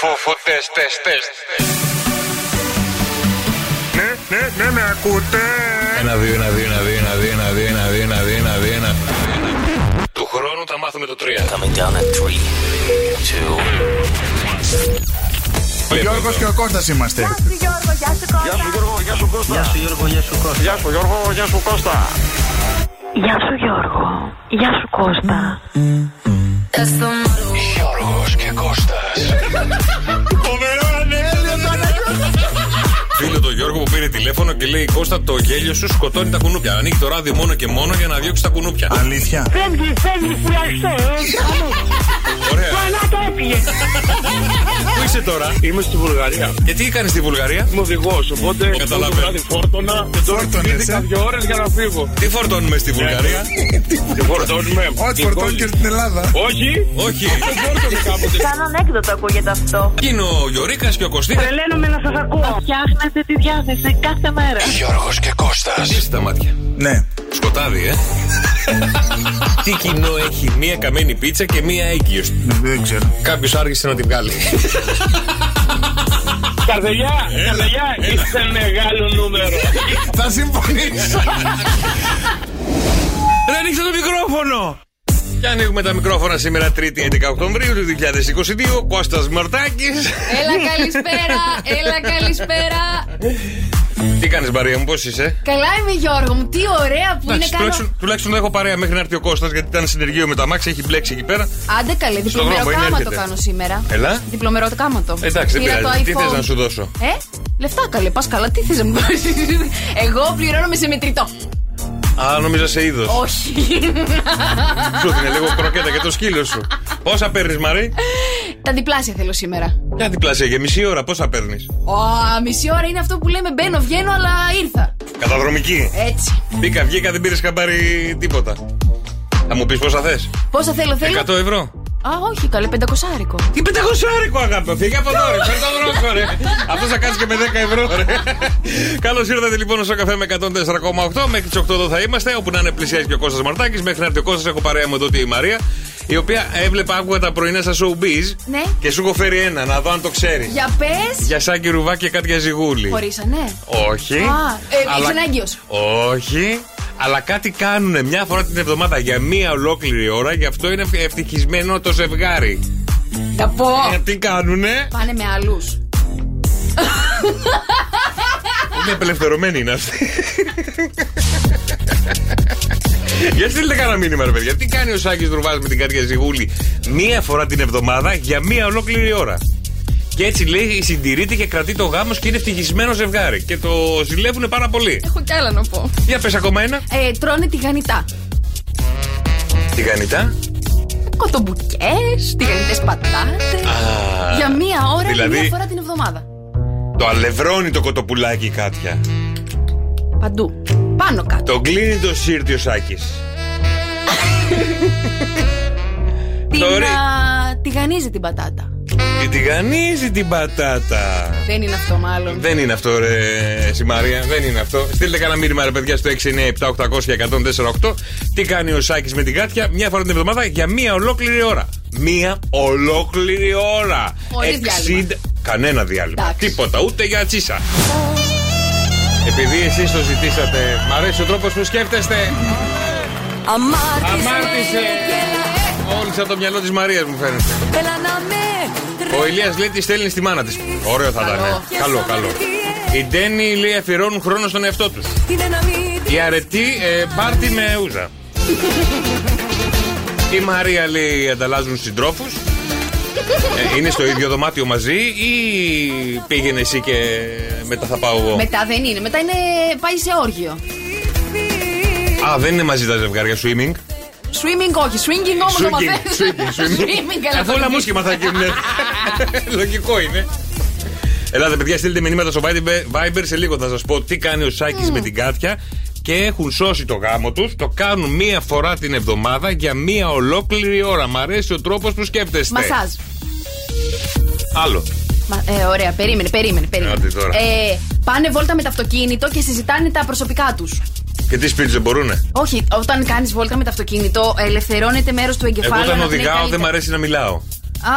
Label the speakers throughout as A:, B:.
A: τεστ, τεστ, τεστ.
B: Ναι, ναι, ναι, με ακούτε.
A: Ένα, δύο, ένα, δύο, ένα, δύο, ένα, δύο, ένα, δύο, ένα, δύο, ένα, δύο, ένα, δύο, ένα. Του χρόνου θα μάθουμε το τρία.
C: Coming down at three, two,
D: Ο Γιώργος και ο Κώστας είμαστε.
E: Γεια σου Γιώργο, γεια
F: Γεια
E: σου
F: σου
E: Κώστα.
F: Γιώργο, γεια σου Κώστα.
G: Γεια σου Γιώργο, γεια σου Κώστα.
F: Γεια σου Γιώργο, γεια σου Κώστα.
H: Γεια σου Γιώργο. Γεια σου Κώστα.
A: Γιώργος και Κώστας. Φίλο το Γιώργο που πήρε τηλέφωνο και λέει Κώστα το γέλιο σου σκοτώνει τα κουνούπια. Ανοίγει το ράδιο μόνο και μόνο για να διώξει τα κουνούπια.
D: Αλήθεια.
E: Φεύγει, φεύγει, φυλαχτό, ε.
A: Ωραία.
E: Καλά το έπιε.
A: Πού είσαι τώρα,
G: Είμαι στη Βουλγαρία.
A: και τι έκανε στη Βουλγαρία.
G: Είμαι οδηγός, οπότε
A: Καταλαβαίνω.
G: το βράδυ φόρτωνα και τώρα
D: Φόρτωνες, ε.
G: πήγα δύο ώρες για να φύγω.
A: Τι φορτώνουμε στη Βουλγαρία.
G: Και φορτώνουμε. Λοιπόν,
D: Ό,τι φορτώνεις και στην Ελλάδα.
G: Όχι,
A: Όχι.
G: φόρτωνε κάποτε.
E: Σαν ανέκδοτο ακούγεται αυτό.
A: Εκεί Είναι ο Γιωρίκας και ο Κωστίκα.
E: Τρελαίνομαι να σας ακούω.
H: Φτιάχνετε τη διάθεση κάθε μέρα.
A: Γιώργος και Κώστας. Κλείστε τα μάτια.
D: Ναι.
A: Σκοτάδι, ε. Τι κοινό έχει μία καμένη πίτσα και μία έγκυο.
D: Ναι, Δεν ξέρω.
A: Κάποιος άργησε να την βγάλει.
G: Καρδελιά, καρδελιά, είστε μεγάλο νούμερο.
D: Θα συμφωνήσω.
A: Ρε ανοίξτε το μικρόφωνο! Και ανοίγουμε τα μικρόφωνα σήμερα 3η 11 Οκτωβρίου του 2022. Κώστας Μαρτάκης.
I: Έλα καλησπέρα, έλα καλησπέρα.
A: Τι κάνεις Μαρία μου, πώς είσαι?
I: Καλά είμαι Γιώργο μου, τι ωραία που είναι
A: Εντάξει,
I: κάνω.
A: Ναι, τουλάχιστον, τουλάχιστον δεν έχω παρέα μέχρι να έρθει ο Κώστας γιατί ήταν συνεργείο με τα μάξι, έχει μπλέξει εκεί πέρα.
I: Άντε καλέ,
A: Στον δρόμο
I: διπλωμερό
A: είναι,
I: κάματο
A: έρχεται.
I: κάνω σήμερα.
A: Έλα.
I: Διπλωμερό κάματο.
A: Εντάξει, δεν
I: Πήρα το
A: πειράζει. Τι
I: iPhone.
A: θες να σου δώσω.
I: Ε, λεφτά καλέ, πας καλά, τι θες να μου δώσεις. Εγώ πληρώνομαι σε μετρητό.
A: Α, νόμιζα σε είδος.
I: Όχι.
A: Σου δίνει λίγο κροκέτα και το σκύλο σου. Πόσα παίρνεις, Μαρή?
I: Τα διπλάσια θέλω σήμερα.
A: Μια διπλάσια για μισή ώρα, πόσα παίρνεις.
I: Ω, μισή ώρα είναι αυτό που λέμε μπαίνω, βγαίνω, αλλά ήρθα.
A: Καταδρομική.
I: Έτσι.
A: Μπήκα, βγήκα, δεν πήρες καμπάρι τίποτα. Θα μου πεις πόσα θες.
I: Πόσα θέλω, θέλω.
A: 100 ευρώ.
I: Α, όχι, καλέ, πεντακοσάρικο.
A: Τι πεντακοσάρικο αγάπη, φύγε από εδώ ρε, φέρ' το δρόσο ρε. Αυτός θα κάτσει και με 10 ευρώ ρε. Καλώς ήρθατε λοιπόν στο καφέ με 104,8, μέχρι τις 8 εδώ θα είμαστε, όπου να είναι πλησιάζει και ο Κώστας Μαρτάκης, μέχρι να έρθει ο Κώστας έχω παρέα μου εδώ τη Μαρία, η οποία έβλεπα, άκουγα τα πρωινά στα showbiz
I: Ναι.
A: και σου έχω φέρει ένα, να δω αν το ξέρεις.
I: Για πες,
A: Για Σάκη Ρουβά και Κάτια Ζιγούλη.
I: χωρίσανε.
A: Όχι.
I: Α, ε, είσαι έγκυος.
A: Όχι. Αλλά κάτι κάνουν μια φορά την εβδομάδα για μία ολόκληρη ώρα, γι' αυτό είναι ευτυχισμένο το ζευγάρι.
I: Να πω.
A: Ε, τι κάνουνε.
I: Πάνε με άλλους.
A: Είναι απελευθερωμένοι είναι αυτοί. Για στείλτε κανένα μήνυμα, ρε παιδιά. Τι κάνει ο Σάκης Ρουβά με την Κάτια Ζιγούλη μία φορά την εβδομάδα για μία ολόκληρη ώρα. Και έτσι λέει συντηρείται και κρατεί το γάμος και είναι ευτυχισμένο ζευγάρι. Και το ζηλεύουν πάρα πολύ.
I: Έχω κι άλλα να πω.
A: Για πες ακόμα ένα.
I: Ε, τρώνε τηγανιτά.
A: Τηγανιτά.
I: Κοτομπουκές, τηγανιτές πατάτες. Για μία ώρα
A: δηλαδή-
I: και μία φορά την εβδομάδα.
A: Το αλευρώνει το κοτοπουλάκι η Κάτια.
I: Παντού. Πάνω κάτω.
A: Το κλείνει το σύρτιο Σάκης.
I: Την
A: το ρί-
I: α, τηγανίζει την πατάτα.
A: Και τηγανίζει την πατάτα.
I: Δεν είναι αυτό μάλλον.
A: Δεν είναι αυτό, ρε Συμμαρία. Δεν είναι αυτό. Στείλτε κανένα μήνυμα, ρε παιδιά, στο 697-800-1048. Τι κάνει ο Σάκης με την κάτια μια φορά την εβδομάδα για μία ολόκληρη ώρα. Μία ολόκληρη ώρα.
I: Χωρίς διάλειμμα.
A: Κανένα διάλειμμα.
I: Εντάξει.
A: Τίποτα, ούτε για τσίσα. Επειδή εσείς το ζητήσατε, μ' αρέσει ο τρόπος που σκέφτεστε. Αμάρτησε. Όλη από το μυαλό της Μαρίας μου φαίνεται. Ο Ηλίας λέει τη στέλνει στη μάνα της. Ωραίο θα ήταν. ε. Καλό, καλό. Οι Ντένι λέει αφιερώνουν χρόνο στον εαυτό τους. Η Αρετή ε, πάρτι με ούζα. Η Μαρία λέει ανταλλάζουν συντρόφους. είναι στο ίδιο δωμάτιο μαζί ή πήγαινε εσύ και μετά θα πάω εγώ.
I: Μετά δεν είναι. Μετά είναι, πάει σε όργιο.
A: Α, δεν είναι μαζί τα ζευγάρια swimming.
I: Swimming όχι. Swinging όμως
A: Swinging,
I: το μαθαίνεις.
A: swinging,
I: Swimming,
A: swinging.
I: καλά.
A: Αφού όλα μουσική θα γίνουν. Λογικό είναι. Ελάτε, παιδιά, στείλτε μηνύματα στο Viber- Viber. Σε λίγο θα σας πω τι κάνει ο Σάκης με την Κάτια. Και έχουν σώσει το γάμο τους. Το κάνουν μία φορά την εβδομάδα για μία ολόκληρη ώρα. Μ' αρέσει ο τρόπος που σκέφτεστε.
I: Μασάζ.
A: Άλλο.
I: Μα- ε, ωραία, περίμενε, περίμενε. περίμενε.
A: Άντε τώρα.
I: Ε, πάνε βόλτα με το αυτοκίνητο και συζητάνε τα προσωπικά τους.
A: Και τι σπίτι δεν μπορούνε.
I: Όχι, όταν κάνεις βόλτα με το αυτοκίνητο, ελευθερώνεται μέρος του
A: Εγώ
I: εγκεφάλου.
A: όταν
I: αναπνέει
A: οδηγάω δεν
I: καλύτερα.
A: μ' αρέσει να μιλάω.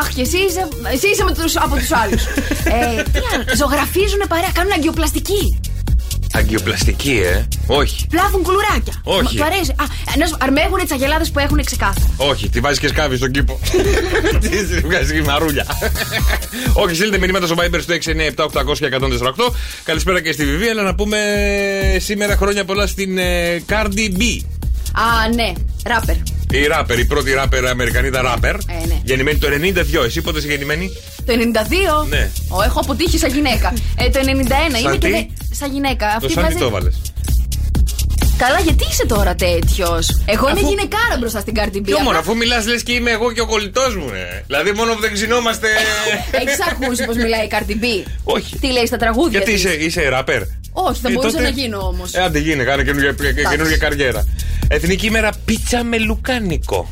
I: Αχ, και εσύ είσαι, εσύ είσαι με τους, από τους άλλους. ε, τι άλλο, ζωγραφίζουν παρέα, κάνουν αγκιοπλαστική.
A: Αγκιοπλαστική, ε. Όχι.
I: Πλάθουν κουλουράκια.
A: Όχι.
I: Μ- Του αρέσει. Α, να σου- αρμέγουν τις αγελάδες που έχουν ξεκάθαρα.
A: Όχι, τη βάζεις και σκάβεις στον κήπο. Τη βγάζεις και μαρούλια. Όχι, στείλτε μηνύματα στο Viber στο 697 και 148. Καλησπέρα και στη Βιβί, αλλά να πούμε σήμερα χρόνια πολλά στην ε, Cardi B.
I: Α, ναι, ράπερ.
A: Η ράπερ, η πρώτη ράπερ, Αμερικανίδα ράπερ.
I: ναι.
A: Γεννημένη το 92. Εσύ πότε είσαι γεννημένη.
I: Το 92.
A: Ναι.
I: Ω, έχω αποτύχει σαν γυναίκα. Ε, το 91. Είμαι και
A: τι?
I: δε- Σαν γυναίκα. Αυτή
A: Το σαν τι το έβαλες.
I: Καλά, γιατί είσαι τώρα τέτοιος. Εγώ είμαι
A: Αφού-
I: γυναικάρα μπροστά στην Cardi B.
A: Ποιο μόνο, αφού μιλάς λες και είμαι εγώ και ο κολλητός μου, ε. Δηλαδή μόνο που δεν ξυνόμαστε.
I: Έχεις ακούσει πώς μιλάει η Cardi B.
A: Όχι.
I: Τι λέει στα τραγούδια.
A: Γιατί
I: της?
A: είσαι, είσαι ράπερ.
I: Όχι, θα
A: Ε,
I: μπορούσα
A: τότε-
I: να γίνω όμως.
A: Ε, άντε γίνε, κάνε καινούργια, καινούργια καριέρα. Εθνική ημέρα πίτσα με λουκάνικο.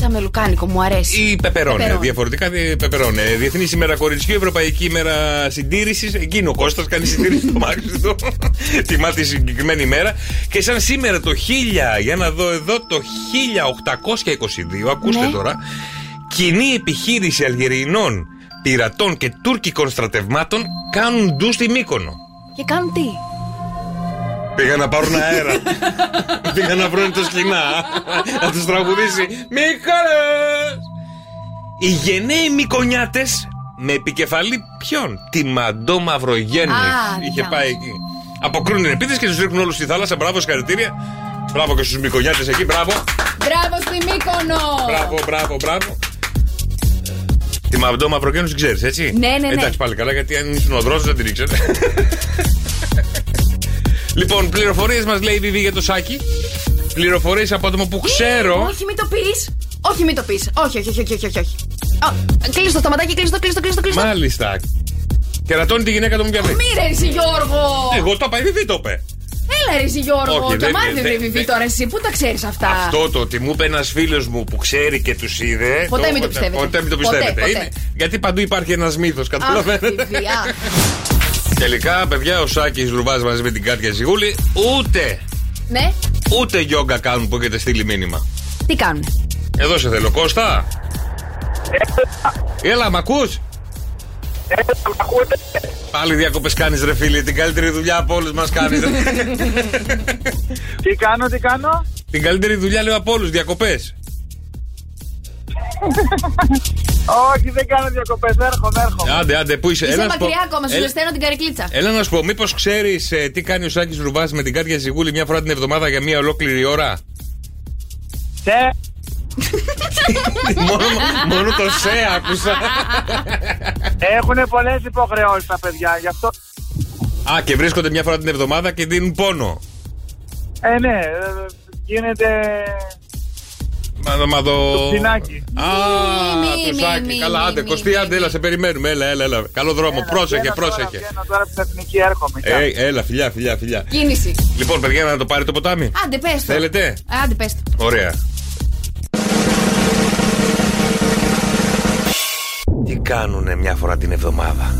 I: Σαν με λουκάνικο, μου αρέσει.
A: Ή πεπερώνε.
I: Πεπερώνε.
A: Διαφορετικά δι- πεπερώνε. Διεθνής ημέρα κοριτσιού, Ευρωπαϊκή ημέρα συντήρησης. Εκείνο ο Κώστας κάνει συντήρηση στο μάξι του. Τιμά τη συγκεκριμένη ημέρα. Και σαν σήμερα το 1000, για να δω εδώ, το 1822, ακούστε
I: Ναι.
A: τώρα, κοινή επιχείρηση Αλγερινών πειρατών και τουρκικών στρατευμάτων κάνουν ντου στη Μύκονο.
I: Και κάνουν τι.
A: Πήγαν να πάρουν αέρα. Πήγαν να βρουν το σκηνά. να τους τραγουδήσει. Μίκονος! Οι γενναίοι Μικονιάτες με επικεφαλή ποιον. Τη Μαντό Μαυρογέννη.
I: Α,
A: Είχε
I: δικιά
A: πάει εκεί. Αποκρούν επίθεση και τους ρίχνουν όλους στη θάλασσα. Μπράβο, συγχαρητήρια. Μπράβο και στους Μικονιάτες εκεί. Μπράβο.
I: Μπράβο στη Μύκονο!
A: Μπράβο, μπράβο, μπράβο. Τη Μαντό Μαυρογέννη την ξέρεις, έτσι.
I: Ναι, ναι, ναι.
A: Εντάξει, πάλι καλά, γιατί αν ήσουν ο δρόσο δεν την ήξερε. λοιπόν, πληροφορίες μας λέει η Βιβί για το σάκι. Πληροφορίες από άτομο που ξέρω.
I: Ε, Όχι, μην το πεις. Όχι, μην το πεις. Όχι, όχι, όχι, όχι, όχι. όχι. Α, Κλείσ' το σταματάκι, κλείσ' το, κλείσ' το, κλείσ' το, κλείσ' το.
A: Μάλιστα. Κερατώνει τη γυναίκα του μου διαβεί.
I: Μη ρε, εσύ, Γιώργο!
A: Εγώ το είπα, η Βιβί το είπε.
I: Έλα ρε εσύ, Γιώργο,
A: Όχι,
I: και
A: δεν-
I: μάθει
A: δεν-
I: δεν βιβί
A: δεν-
I: τώρα εσύ, πού τα ξέρεις αυτά.
A: Αυτό το ότι μου είπε ένας φίλος μου που ξέρει και τους είδε.
I: Ποτέ μην το πιστεύετε.
A: Ποτέ μην το
I: Ποτέ,
A: πιστεύετε.
I: ποτέ.
A: Είναι- γιατί παντού υπάρχει ένας μύθος,
I: Αχ,
A: καταλαβαίνετε.
I: βιβί, α.
A: Τελικά, παιδιά, ο Σάκης Ρουβά μαζί με την Κάτια Ζιγούλη ούτε
I: Ναι,
A: Ούτε γιόγκα κάνουν που έχετε στείλει μήνυμα.
I: τι κάνουν.
A: Εδώ σε θέλω, Κώστα. Έλα, μ' ακούς. Πάλι διακοπές κάνεις, ρε φίλε. Την καλύτερη δουλειά από όλους μας κάνεις.
F: Τι κάνω, τι κάνω.
A: Την καλύτερη δουλειά λέω από όλους, διακοπές.
F: Όχι, δεν κάνω διακοπές. Έρχομαι, έρχομαι.
A: Άντε, άντε, πού είσαι.
I: Είσαι
A: να σου πω-
I: μακριά ακόμα, σου
A: Έλα- Ε-
I: ζεσταίνω την καρικλίτσα.
A: Έλα να σου πω, μήπως ξέρεις τι κάνει ο Σάκης Ρουβά με την Κάτια Ζιγούλη μια φορά την εβδομάδα για μια ολόκληρη ώρα.
F: Σε.
A: μόνο, μόνο το σε άκουσα.
F: Έχουν πολλές υποχρεώσεις τα παιδιά. Γι' αυτό.
A: Α, και βρίσκονται μια φορά την εβδομάδα και δίνουν πόνο.
F: Ε, ναι, ε, γίνεται.
A: Μα δω, μα δω.
F: Το πινάκι.
A: Α,
I: Μη, μη,
A: το
I: μη,
A: σάκι.
I: μη,
A: Καλά,
I: μη,
A: άντε,
I: μη,
A: Κωστή,
I: μη,
A: άντε,
I: μη.
A: έλα, σε περιμένουμε. Έλα, έλα, έλα. Καλό δρόμο, πρόσεχε,
F: Βγαίνω τώρα,
A: πρόσεχε.
F: Βγαίνω τώρα από την εθνική, έρχομαι. Γεια.
A: Ε, έλα, φιλιά, φιλιά, φιλιά.
I: Κίνηση.
A: Λοιπόν, παιδιά, να το πάρει το ποτάμι.
I: Άντε πες το. Ε,
A: Θέλετε?
I: Άντε πες το.
A: Ωραία. Τι κάνουνε μια φορά την εβδομάδα.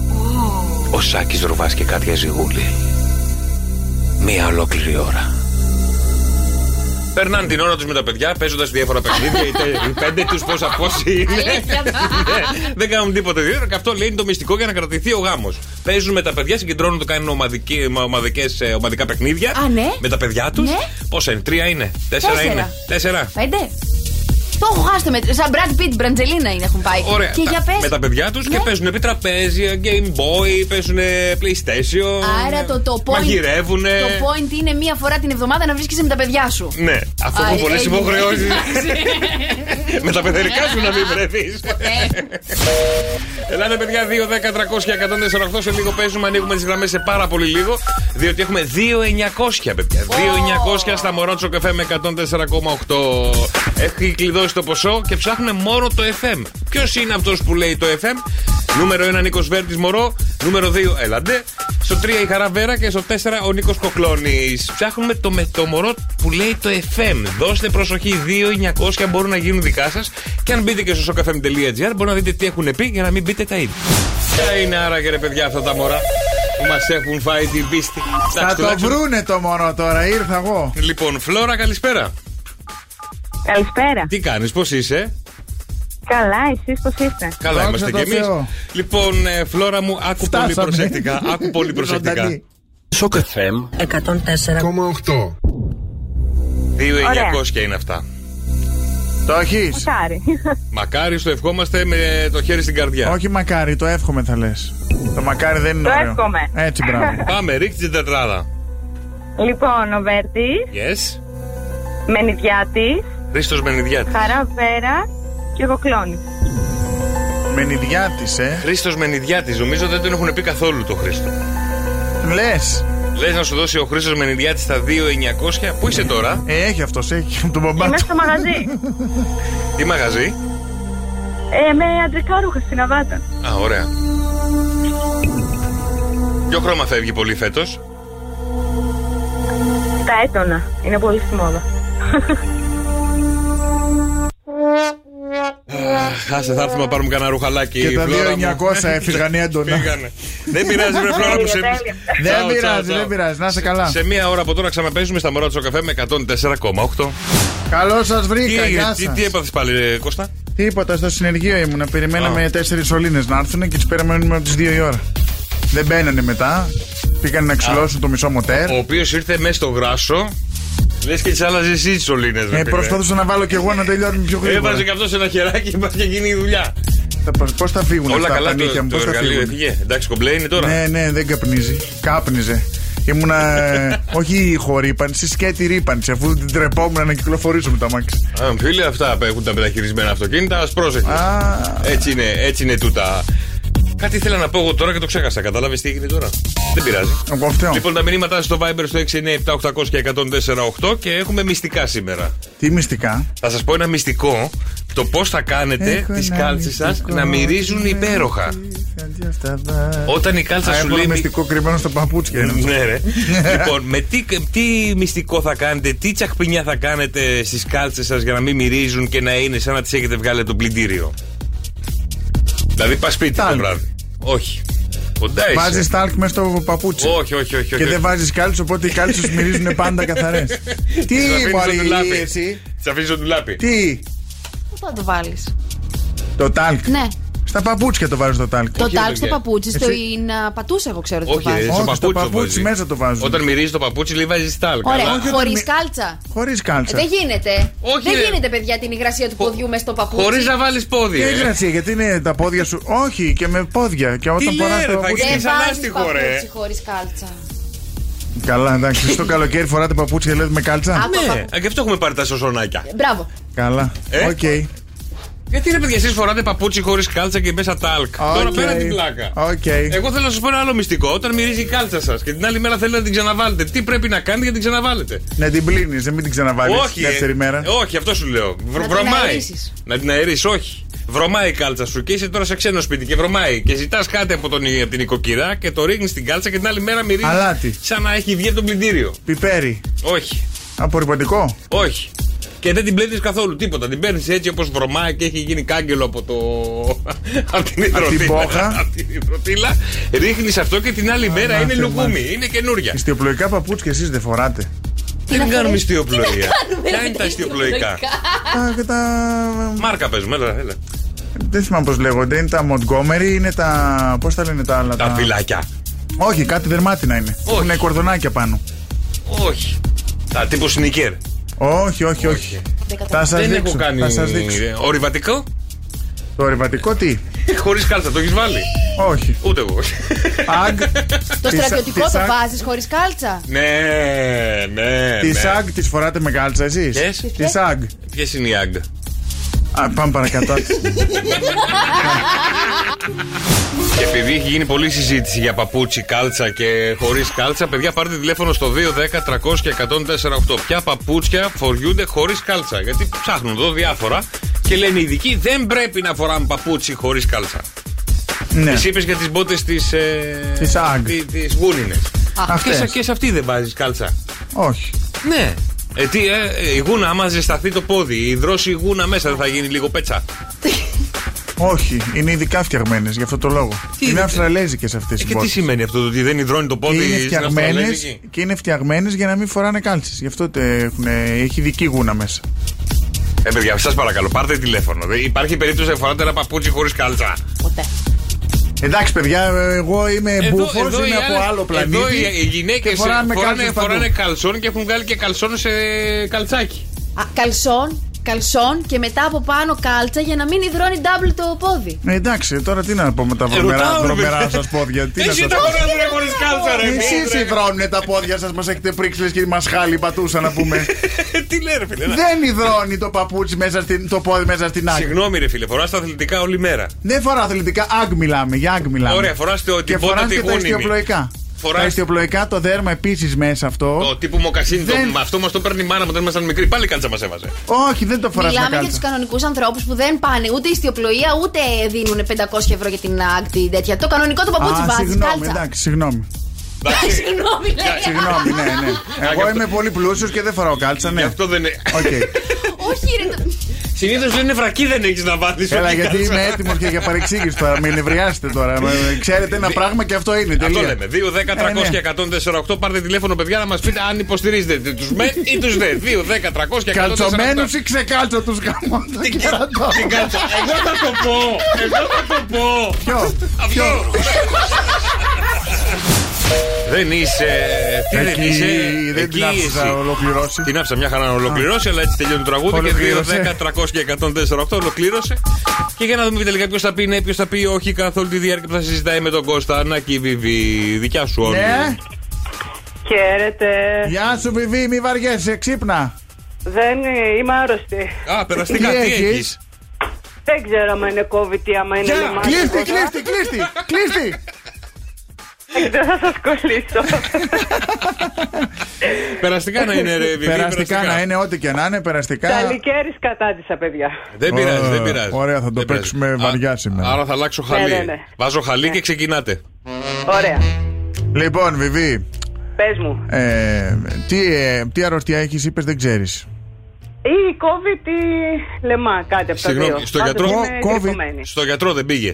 A: Ο Σάκης Ρουβάς και Κάτια Ζιγούλη. Μια ολόκληρη ώρα. Περνάνε την ώρα τους με τα παιδιά παίζοντας διάφορα παιχνίδια. είτε οι πέντε τους πόσα πόσοι είναι.
I: Αλήθεια.
A: Ναι, Δεν κάνουν τίποτα ιδιαίτερο και αυτό λέει είναι το μυστικό για να κρατηθεί ο γάμος. Παίζουν με τα παιδιά, συγκεντρώνουν το κάνουν ομαδική- μα- ομαδικές, ε, ομαδικά παιχνίδια.
I: Α, ναι.
A: Με τα παιδιά τους.
I: Ναι.
A: Πόσα είναι, τρία είναι, τέσσερα,
I: Τέσσερα.
A: είναι. Τέσσερα.
I: Πέντε. Το έχω χάσει το μέτρο. Σαν Brad Pitt, Μπραντζελίνα είναι έχουν πάει.
A: Ωραία.
I: Και
A: Τα-
I: για πες.
A: Με τα παιδιά τους και
I: Ναι.
A: παίζουν επί τραπέζια, Game Boy, παίζουν ε, PlayStation.
I: Άρα το, το point.
A: Μαγειρεύουν.
I: Το point είναι μία φορά την εβδομάδα να βρίσκεσαι με τα παιδιά σου.
A: Ναι, αφού
I: Α,
A: έχουν πολλές
I: έγινε.
A: υποχρεώσεις. με τα παιδερικά σου να μην βρεθείς.
I: Ναι.
A: Ελάτε, παιδιά, 2, 10, 300 και 148. Σε λίγο παίζουμε, ανοίγουμε τις γραμμές σε πάρα πολύ λίγο. Διότι έχουμε 2.900, παιδιά. 2.900 στα Μωρότσο καφέ με 104,8. Έχει κλειδώσει το ποσό και ψάχνουμε μόνο το FM. Ποιος είναι αυτός που λέει το FM. Νούμερο 1 Νίκος Βέρτης Μωρό. Νούμερο 2 Ελαντέ. Στο 3 η Χαρά Βέρα και στο 4 ο Νίκος Κοκλώνης. Ψάχνουμε το, με, το μωρό που λέει το FM. Δώστε προσοχή. 2.900 μπορούν να γίνουν δικά σας. Και αν μπείτε και στο sokafm.gr μπορείτε να δείτε τι έχουν πει για να μην μπείτε τα ίδια. Ποια είναι άραγε ρε παιδιά αυτά τα μωρά που μας έχουν φάει την πίστη.
D: Θα
A: Εντάξει,
D: το
A: τουλάχιστον-
D: βρούνε το μωρό τώρα, ήρθα εγώ.
A: Λοιπόν, Φλόρα, καλησπέρα.
E: Καλησπέρα.
A: Τι κάνεις, πώς είσαι.
J: Καλά, εσείς πώς είστε.
A: Καλά
D: Δόξα
A: είμαστε κι
D: τω
A: εμείς.
D: Θεώ.
A: Λοιπόν, ε, Φλόρα μου, άκου
D: Φτάσαμε.
A: πολύ προσεκτικά. Άκου πολύ προσεκτικά.
D: Ζωντανή.
C: Σοκ FM
K: 104.
A: 2.900 είναι αυτά.
D: Το έχεις.
J: Χάρη.
A: Μακάρι στο ευχόμαστε με το χέρι στην καρδιά.
D: Ε, Όχι μακάρι, το εύχομαι θα λες. Το μακάρι δεν είναι
J: Το
D: ωραίο.
J: εύχομαι.
D: Έτσι, μπράβο.
A: Πάμε, ρίξτε την τετράδα.
J: λοιπόν, ο Βέρτης,
A: Yes.
J: Μενιδιάτης,
A: Χρήστος Μενιδιάτης.
J: Χαρά Βέρα και εγώ κλόνη.
D: Μενιδιά τη, ε.
A: Χρήστος Μενιδιάτης, νομίζω δεν τον έχουν πει καθόλου το Χρήστο.
D: Λες.
A: Λες να σου δώσει ο Χρήστος Μενιδιάτης στα 2.900. Πού είσαι τώρα,
D: Ε, έχει αυτός, έχει. Τον μπαμπά
J: Είμαι
D: του.
J: στο μαγαζί.
A: τι μαγαζί.
J: ε, με αντρικά ρούχα στην Αβάτα.
A: Α, ωραία. Ποιο χρώμα φεύγει πολύ φέτος.
J: Τα έτονα. Είναι πολύ στη μόδα.
A: Χάσε, θα έρθουμε να πάρουμε κανένα ρουχαλάκι.
D: Και τα
A: Φλόρα μου.
D: 2.900 έφυγαν έντονα.
A: Φύγανε. Δεν πειράζει, βρε Φλόρα μου. σε-
J: Τέλεια,
A: Τσάου,
D: Δεν
A: τσάου,
D: πειράζει,
A: τσάου.
D: δεν πειράζει. Να είσαι καλά.
A: Σε μία ώρα από τώρα ξαναπέζουμε στα μωρά του καφέ με 104,8.
D: Καλό σας
A: Τι,
D: βρήκα,
A: έγινε,
D: γεια
A: τι,
D: σας.
A: τι έπαθες πάλι, ε, Κώστα.
D: Τίποτα, στο συνεργείο ήμουν.
A: Α.
D: Περιμέναμε τέσσερις σωλήνες να έρθουν και τις περιμένουμε από τις 2 η ώρα. Δεν μπαίνανε μετά. Πήγανε να ξυλώσουν το μισό μοτέρ.
A: Ο οποίος ήρθε μέσα στο γράσο. Λες και τις άλλαζες εσύ τις σωλήνες,
D: Ε, προσπαθούσα να βάλω κι εγώ να τελειώνουν πιο γρήγορα.
A: Έβαζε και αυτός ένα χεράκι και πάει και γίνει η δουλειά.
D: Πώς θα φύγουν
A: Όλα
D: αυτά
A: καλά,
D: τα νύχια
A: το,
D: μου,
A: το
D: πώς θα
A: εργαλείο
D: φύγουν.
A: έφυγε. Εντάξει, κομπλέ είναι τώρα.
D: Ναι, ναι, δεν καπνίζει. Κάπνιζε. Ήμουνα. ε, όχι ηχορύπανση, σκέτη ρήπανση, αφού την τρεπόμουν να κυκλοφορήσω με τα μάξι.
A: Α, Φίλε, αυτά που έχουν τα μεταχειρισμένα αυτοκίνητα, ας πρόσεχες.
D: Α,
A: Έτσι είναι, έτσι είναι τούτα. Κάτι ήθελα να πω εγώ τώρα και το ξέχασα. Κατάλαβες τι έγινε τώρα. Δεν πειράζει.
D: εγώ φταίω.
A: Λοιπόν, τα μηνύματά σας στο Viber στο 697 και 1048 και έχουμε μυστικά σήμερα.
D: Τι μυστικά.
A: Θα σας πω ένα μυστικό το πώς θα κάνετε
D: Έχω
A: τις
D: ένα
A: κάλτσες σα
D: μυστικό,
A: να μυρίζουν υπέροχα.
D: τι θα βά-
A: Όταν η κάλτσα
D: Α,
A: σου
D: έχω ένα
A: λύνει.
D: μυστικό κρυμμένο στο παπούτσια. είναι αυτό.
A: Ναι, ρε. λοιπόν, με τι, τι μυστικό θα κάνετε, τι τσαχπινιά θα κάνετε στις κάλτσες σας για να μην μυρίζουν και να είναι σαν να τις έχετε βγάλει από το πλυντήριο. Δηλαδή, πας σπίτι το
D: Τάλ.
A: βράδυ. Όχι. Κοντά είσαι.
D: Βάζεις τάλκ μέσα στο παπούτσι.
A: Όχι, όχι, όχι. όχι.
D: Και δεν βάζει κάλτσε, οπότε οι κάλτσε σου μυρίζουν πάντα καθαρές. Τι μπορεί εσύ.
A: Τι αφήνει το ντουλάπι.
D: Τι.
I: Πού θα το βάλεις.
D: Το τάλκ.
I: Ναι.
D: Στα παπούτσια το βάζω το τάλκ.
I: Το
A: εδώ
I: τάλξ
A: και-
I: στο παπούτσι, στο
D: Εσύ-
I: είναι α, πατούσα, εγώ ξέρω ότι το
A: Όχι, ε. ρε,
I: βάζω.
A: στο
D: Όχι, στο
A: παπούτσι, το βάζει.
D: παπούτσι μέσα το βάζουν.
A: Όταν μυρίζεις το παπούτσι, λέει βάζεις τάλκα.
I: Ωραία,
A: Αλλά-
D: όχι,
I: χωρί
D: όταν μη-
I: κάλτσα.
D: Χωρίς
I: Ε,
D: κάλτσα.
I: Δεν γίνεται.
A: Όχι,
I: δεν
A: ρε.
I: γίνεται, παιδιά, την υγρασία του ποδιού μες στο παπούτσι.
A: Χωρίς να βάλεις πόδι.
D: Τι
A: ε.
D: υγρασία, γιατί είναι τα πόδια σου. Όχι, και με πόδια. Και όταν
A: λέει,
D: φοράς
A: ρε,
D: το παπούτσι.
A: Βαγγέλη,
I: Δεν
A: σαν
I: βάζεις
A: λάστιχο, ρε.
I: παπούτσι χωρίς κάλτσα.
D: Καλά, εντάξει. Στο καλοκαίρι φοράτε παπούτσια και λέτε με κάλτσα.
I: Άκου,
A: Ναι,
I: άκου.
A: α, γι' αυτό έχουμε πάρει τα
D: Ε.
A: σωσονάκια.
I: Μπράβο.
D: Καλά.
A: Ε.
D: Οκ.
A: Γιατί ρε παιδιά, εσείς φοράτε παπούτσι χωρίς κάλτσα και μέσα τάλκ. Τώρα
D: Οκ.
A: πέρα την πλάκα. Ε-
D: Οκ.
A: Εγώ θέλω να σας πω ένα άλλο μυστικό. Όταν μυρίζει η κάλτσα σας και την άλλη μέρα θέλετε να την ξαναβάλετε, τι πρέπει να κάνετε για να την ξαναβάλετε.
D: Να Ναι, την πλύνεις, να μην την ξαναβάλεις
A: Όχι. ε,
D: δεύτερη μέρα.
A: ε, Όχι, αυτό σου λέω. Βρο-
I: την
A: βρωμάει.
I: αερίσεις.
A: Να την αερίσει, όχι. Βρωμάει η κάλτσα σου και είσαι τώρα σε ξένο σπίτι και βρωμάει. Και ζητάς κάτι από, τον, από την οικοκυρά και το ρίχνεις στην κάλτσα και την άλλη μέρα μυρίζει.
D: Αλάτι.
A: Σαν να έχει βγει από το πλυντήριο.
D: Πιπέρι.
A: Όχι.
D: Απορριπαντικό.
A: Όχι. Και δεν την πλένεις καθόλου τίποτα. Την παίρνεις έτσι όπως βρωμάει και έχει γίνει κάγκελο από το. από την υδροτήλα.
D: πόχα.
A: Απ' την υδροτήλα. Ρίχνεις αυτό και την άλλη μέρα είναι
D: μάθε,
A: λουκούμι.
D: μάθε.
A: Είναι καινούρια.
D: Ιστιοπλοϊκά παπούτσια εσείς δεν φοράτε.
A: Δεν κάνουμε ιστιοπλοεία.
I: κάνουμε,
A: Ποια
I: ρε,
A: είναι τα
I: τα
A: ιστιοπλοϊκά.
D: Τα- και τα-
A: Μάρκα παίζουμε, έλα, έλα.
D: Δεν θυμάμαι πώς λέγονται. Είναι τα Montgomery, είναι τα. Πώς τα λένε τα άλλα.
A: Τα φυλάκια.
D: Όχι, κάτι δερμάτινα είναι.
A: Όχι.
D: Είναι κορδονάκια πάνω.
A: Όχι. Τα τύπου σνίκερ.
D: Όχι, όχι, όχι. Θα σας
A: Δεν έχω
D: δείξω.
A: κάνει.
D: Θα σας δείξω.
A: Ε, Ορειβατικό.
D: Το ορειβατικό τι.
A: Χωρίς κάλτσα, το έχεις βάλει.
D: Όχι.
A: Ούτε εγώ.
D: Αγκ.
I: Το
D: Της-
I: στρατιωτικό
D: της
I: το
D: Αγ-
I: βάζεις χωρίς κάλτσα.
A: Ναι, ναι.
D: Τη
A: ναι.
D: ΑΓ τη φοράτε με κάλτσα εσείς.
A: Ποιες?
D: Τη ΑΓ.
A: Ποιες είναι οι άγκ.
D: Α, Πάμε παρακάτω.
A: Και επειδή έχει γίνει πολλή συζήτηση για παπούτσι, κάλτσα και χωρίς κάλτσα, παιδιά πάρτε τηλέφωνο στο 210 300 και 148. Ποια παπούτσια φοριούνται χωρίς κάλτσα. Γιατί ψάχνουν εδώ διάφορα και λένε οι ειδικοί δεν πρέπει να φοράμε παπούτσι χωρίς κάλτσα.
D: ναι.
A: Τη είπες για τις μπότες της. ε,
D: Της Ag.
A: Τι γούνινε. Και, σε-
D: Αυτές.
A: και σε αυτή δεν βάζεις κάλτσα.
D: Όχι.
A: Ναι. Ε, τι, ε, η γούνα, άμα ζεσταθεί το πόδι, υδρώσει η γούνα μέσα, δεν θα γίνει λίγο πέτσα.
D: Όχι. Είναι ειδικά φτιαγμένες γι' αυτό το λόγο. είναι
A: είναι-
D: αυστραλέζικε
A: Ε,
D: αυτέ οι
A: και τι
D: μπότες.
A: σημαίνει αυτό, το ότι δεν υδρώνει το πόδι
D: Είναι
A: στην
D: φτιαγμένες
A: Αυστραλέζικη?
D: και είναι φτιαγμένες για να μην φοράνε κάλτσες. Γι' αυτό τε- έχουνε- έχει δική γούνα μέσα.
A: Ε, παιδιά, σας παρακαλώ, πάρτε τηλέφωνο. Δεν Υπάρχει περίπτωση να φοράτε ένα παπούτσι χωρίς κάλτσα.
K: Ποτέ.
D: Εντάξει, παιδιά, εγώ είμαι μπουφό, είμαι
A: οι
D: Ε, από
A: άλλες-
D: άλλο πλανήτη.
A: Εδώ οι, οι γυναίκες
D: και
A: φοράνε,
D: κάλτσες
A: φοράνε,
D: παντού.
A: καλσόν και έχουν βγάλει και καλσόν σε καλτσάκι.
I: Α, Καλσόν, καλσόν και μετά από πάνω κάλτσα για να μην υδρώνει double το πόδι.
D: Ε, εντάξει, τώρα τι να πω με τα βρωμερά,
A: Ε, ρωτάω, ρε,
D: βρωμερά
A: παιδιά.
D: σας πόδια. Τι να
A: Εσύ
D: σας
A: τα
D: πω.
A: φοράνε χωρίς κάλτσα, ρε
D: Εσείς
A: φίλε.
D: υδρώνουν τα πόδια σας, μας έχετε πρίξει λες και μας χάλι πατούσα να πούμε.
A: Τι λέει, ρε φίλε. να-
D: Δεν υδρώνει το παπούτσι μέσα στην, το πόδι μέσα στην άκρη.
A: Συγγνώμη, ρε φίλε, φοράς τα αθλητικά όλη μέρα.
D: Δεν φορά αθλητικά, άγκ μιλάμε, για άγκ μιλάμε.
A: Ωραία, φοράς το- την
D: Και
A: πότα
D: φοράς
A: τη
D: και τα
A: γούνιμη.
D: ιστιοπλοϊκά.
A: Φοράς-
D: Τα ιστιοπλοϊκά, το δέρμα επίσης μέσα αυτό.
A: Το τύπου μοκασίνι,
D: Δεν-
A: το, αυτό μας το παίρνει η μάνα μου όταν ήμασταν μικροί. Πάλι κάλτσα μας έβαζε.
D: Όχι, δεν το φοράς με
I: Μιλάμε για του
D: κάλτσα.
I: κανονικούς ανθρώπους που δεν πάνε ούτε ιστιοπλοεία ούτε δίνουν 500 ευρώ για την άκτη τέτοια. Το κανονικό το παπούτσι
D: Α,
I: βάζεις
D: συγγνώμη,
I: κάλτσα.
D: εντάξει, συγγνώμη.
A: Εντάξει.
I: Συγγνώμη, λέει.
D: Συγγνώμη, ναι, ναι. Εγώ
A: αυτό-
D: είμαι πολύ πλούσιος και δεν φοράω κάλτσα,
A: Γι'
D: ναι.
A: αυτό δεν είναι.
D: Οκ.
I: Όχι, ρε. το-
A: Συνήθως λένε βρακή δεν έχεις να βάλεις.
D: Έλα, γιατί είμαι έτοιμος και για παρεξήγηση τώρα. Με νευριάσετε τώρα. Ε, Ξέρετε ένα πράγμα και αυτό είναι.
A: Αυτό
D: Τελεία.
A: λέμε. 2, 10, 300
D: Ε, ναι.
A: και 148. Πάρτε τηλέφωνο, παιδιά, να μας πείτε αν υποστηρίζετε τους μεν ή τους δε. 2, 10, 300 και 148.
D: Καλτσωμένους ή ξεκάλτσω τους γαμώ. το κερατό.
A: Την κάλτσα. Εγώ θα το πω. Εγώ θα το πω.
D: Ποιο.
A: Αυτό. Δεν είσαι. Τι δεν
D: Εκεί
A: είσαι.
D: δεν
A: εκεί
D: την άφησα
A: εσύ.
D: να ολοκληρώσει.
A: Την άφησα μια χαρά να ολοκληρώσει, αλλά έτσι τελειώνει το τραγούδι. Και 2,
D: Ολοκλήρωσε.
A: 10, 300 και 148 ολοκλήρωσε. Και για να δούμε και τελικά ποιος θα πει ναι, ποιος θα πει όχι καθ' όλη τη διάρκεια που θα συζητάει με τον Κώστα. Να και η Βιβί. Δικιά σου όλη.
D: Ναι.
E: Χαίρετε.
D: Γεια σου, Βιβί, μη βαριέσαι, ξύπνα.
E: Δεν ε, είμαι άρρωστη.
A: Α, περαστικά, τι
D: Τι έχεις?
A: έχεις.
E: Δεν ξέρω αν είναι COVID ή άμα είναι
A: Γεια.
E: λιμάνι.
D: Κλείστη, κλείστη, κλείστη. Κλείστη.
E: Δεν θα σας κολλήσω.
A: Περαστικά να είναι, ρε Ε, Βιβί.
D: Περαστικά να είναι, ό,τι και να είναι, περαστικά.
E: Ταλικέρης κατάντησα, παιδιά.
A: Δεν πειράζει, δεν
D: Ω,
A: πειράζει.
D: ωραία, θα το
A: Δεν πειράζει.
D: παίξουμε
A: Α,
D: βαριά σήμερα.
A: Άρα θα αλλάξω χαλί.
E: Ναι, ναι, ναι.
A: Βάζω χαλί και ξεκινάτε.
E: Ωραία.
D: Λοιπόν, Βιβί,
E: Πες μου.
D: ε, τι, ε, τι αρρώστια έχεις, είπες, δεν ξέρεις.
E: Ή COVID ή λεμά, κάτι από τα
A: Συγγνώμη,
E: δύο.
A: στο
E: Πάντως
A: γιατρό-
E: είμαι
D: COVID.
E: κρυφωμένη.
A: Στο γιατρό δεν πήγες.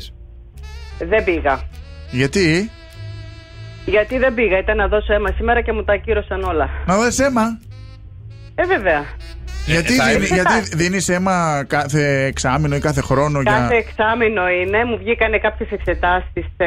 E: Δεν πήγα.
D: Γιατί,
E: Γιατί δεν πήγα, ήταν να δώσω αίμα σήμερα και μου τα ακύρωσαν όλα.
D: να δώσεις αίμα.
E: Ε, βέβαια.
D: Γιατί,
A: Ε, θα
D: δίνει,
A: είναι.
D: γιατί δίνεις αίμα κάθε εξάμηνο ή κάθε χρόνο
E: Κάθε
D: για...
E: εξάμεινο είναι, μου βγήκανε κάποιες εξετάσεις ε,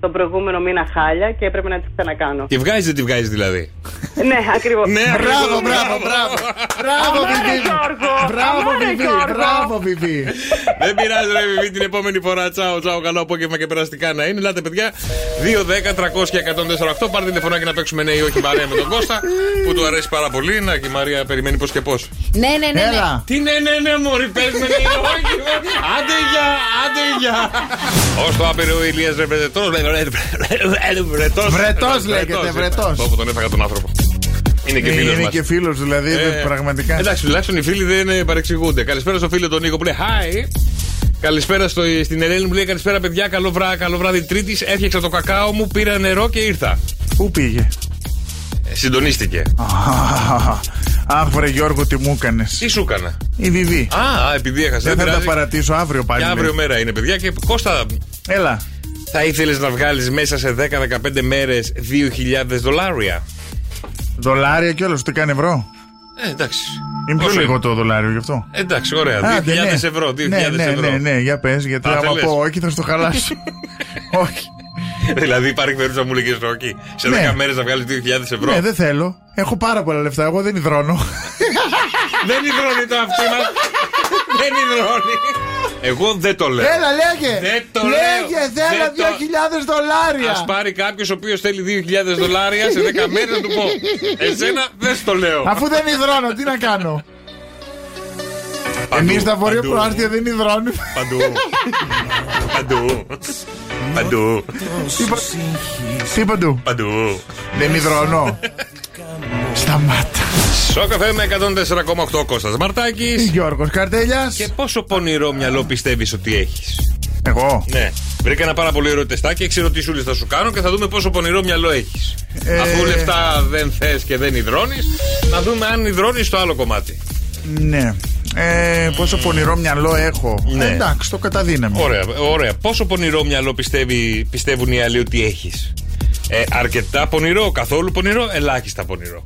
E: τον προηγούμενο μήνα χάλια και έπρεπε να τι ξανακάνω.
A: Τη βγάζεις, δεν τη βγάζεις δηλαδή.
E: ναι, ακριβώς.
A: Ε,
D: Μπράβο, μπράβο, μπράβο. Μπράβο,
E: Αμάρε,
D: Βιβί.
E: Γιώργο.
D: Μπράβο,
E: Αμάρε,
D: Βιβί.
E: Γιώργο.
D: Μπράβο, Βιβί.
A: Ναι, Δεν πειράζει, ρε Βιβί, την επόμενη φορά. Τσάω, τσάω, καλό απόγευμα και περαστικά να είναι. Λάτε, παιδιά, 2, 10, 300 και 148. Πάρτε τηλεφωνάκι να παίξουμε ναι ή όχι παρέα με τον Κώστα που του αρέσει πάρα πολύ. Να και η Μαρία περιμένει πώ και πώ.
I: Ναι, ναι, ναι. ναι.
D: Έλα.
A: Τι ναι, ναι, ναι, Μωρή, πες με ναι, όχι. Άντε για, άντε για. Ως το άπειρο ηλίας ρευρετό.
D: Βρετός λέγεται, βρετός.
A: Όπου λοιπόν. τον έφαγα τον άνθρωπο. Είναι και φίλο
D: Ε, Είναι
A: μας.
D: και φίλος δηλαδή,
A: Ε,
D: πραγματικά.
A: Εντάξει, τουλάχιστον οι φίλοι δεν ε, παρεξηγούνται. Καλησπέρα στο φίλο τον Νίκο που λέει Hi. Καλησπέρα στο, ε, στην Ελένη που λέει Καλησπέρα παιδιά, καλό, βρά, καλό βράδυ Τρίτης. Έφτιαξα το κακάο μου, πήρα νερό και ήρθα.
D: Πού πήγε.
A: Ε, Συντονίστηκε.
D: Αχ, βρε Γιώργο, τι μου έκανες.
A: Τι σου έκανα.
D: Η Βιβί.
A: Α, επειδή έχασα.
D: Δεν θα τα
A: πειράζει.
D: παρατήσω αύριο πάλι.
A: Ναι, δηλαδή, Και αύριο
D: λέει.
A: μέρα είναι παιδιά. Και Κώστα,
D: Έλα.
A: θα ήθελες να βγάλεις μέσα σε 10-15 μέρε 2.000 δολάρια.
D: Δολάρια κιόλα, ούτε καν ευρώ.
A: Ε, εντάξει.
D: Είναι πιο
A: Όσο
D: λίγο το δολάριο γι' αυτό.
A: Ε, Εντάξει, ωραία. 2.000
D: Άντε, ναι.
A: ευρώ. 2.000
D: ναι, ναι,
A: ευρώ.
D: ναι, ναι, για πες, γιατί
A: Α,
D: άμα
A: θέλεις.
D: πω όχι θα στο χαλάσω. όχι.
A: δηλαδή, υπάρχει περίπτωση να μου λέγες όχι. Σε 10
D: Ναι.
A: μέρες να βγάλεις 2.000 ευρώ.
D: Ναι, δεν θέλω. Έχω πάρα πολλά λεφτά. Εγώ δεν υδρώνω.
A: Δεν υδρώνει το αυτί μα. Δεν υδρώνει. Εγώ δεν το λέω.
D: Έλα, λέγε!
A: Δεν το
D: λέγε,
A: λέω.
D: θέλω
A: Δεν το-
D: 2.000 δολάρια!
A: Ας πάρει κάποιος ο οποίος θέλει 2.000 δολάρια σε 10 μέρε να του πω. Εσένα δεν στο λέω.
D: Αφού δεν υδρώνω, τι να κάνω. Εμείς τα βόρεια
A: παντού.
D: προάστια δεν υδρώνουμε.
A: Παντού. Παντού. Παντού.
D: Τι παντού.
A: Παντού.
D: Δεν υδρώνω. Σταμάτα.
A: Σοκαφέ με 104,8 Κώστας Μαρτάκης
D: Γιώργος Καρτέλιας.
A: Και πόσο πονηρό μυαλό πιστεύεις ότι έχεις
D: Εγώ.
A: Ναι. Βρήκα ένα πάρα πολύ ωραίο τεστάκι. Έξι ερωτησούλε θα σου κάνω και θα δούμε πόσο πονηρό μυαλό έχεις.
D: Ε.
A: Αφού λεφτά δεν θες και δεν υδρώνεις, να δούμε αν υδρώνεις το άλλο κομμάτι.
D: Ναι. Ε, πόσο πονηρό μυαλό έχω. Ε,
A: Ναι.
D: Εντάξει, το καταδύναμε.
A: Ωραία, ωραία. Πόσο πονηρό μυαλό πιστεύει, πιστεύουν οι άλλοι ότι έχεις. Ε, αρκετά πονηρό, καθόλου πονηρό, ελάχιστα πονηρό.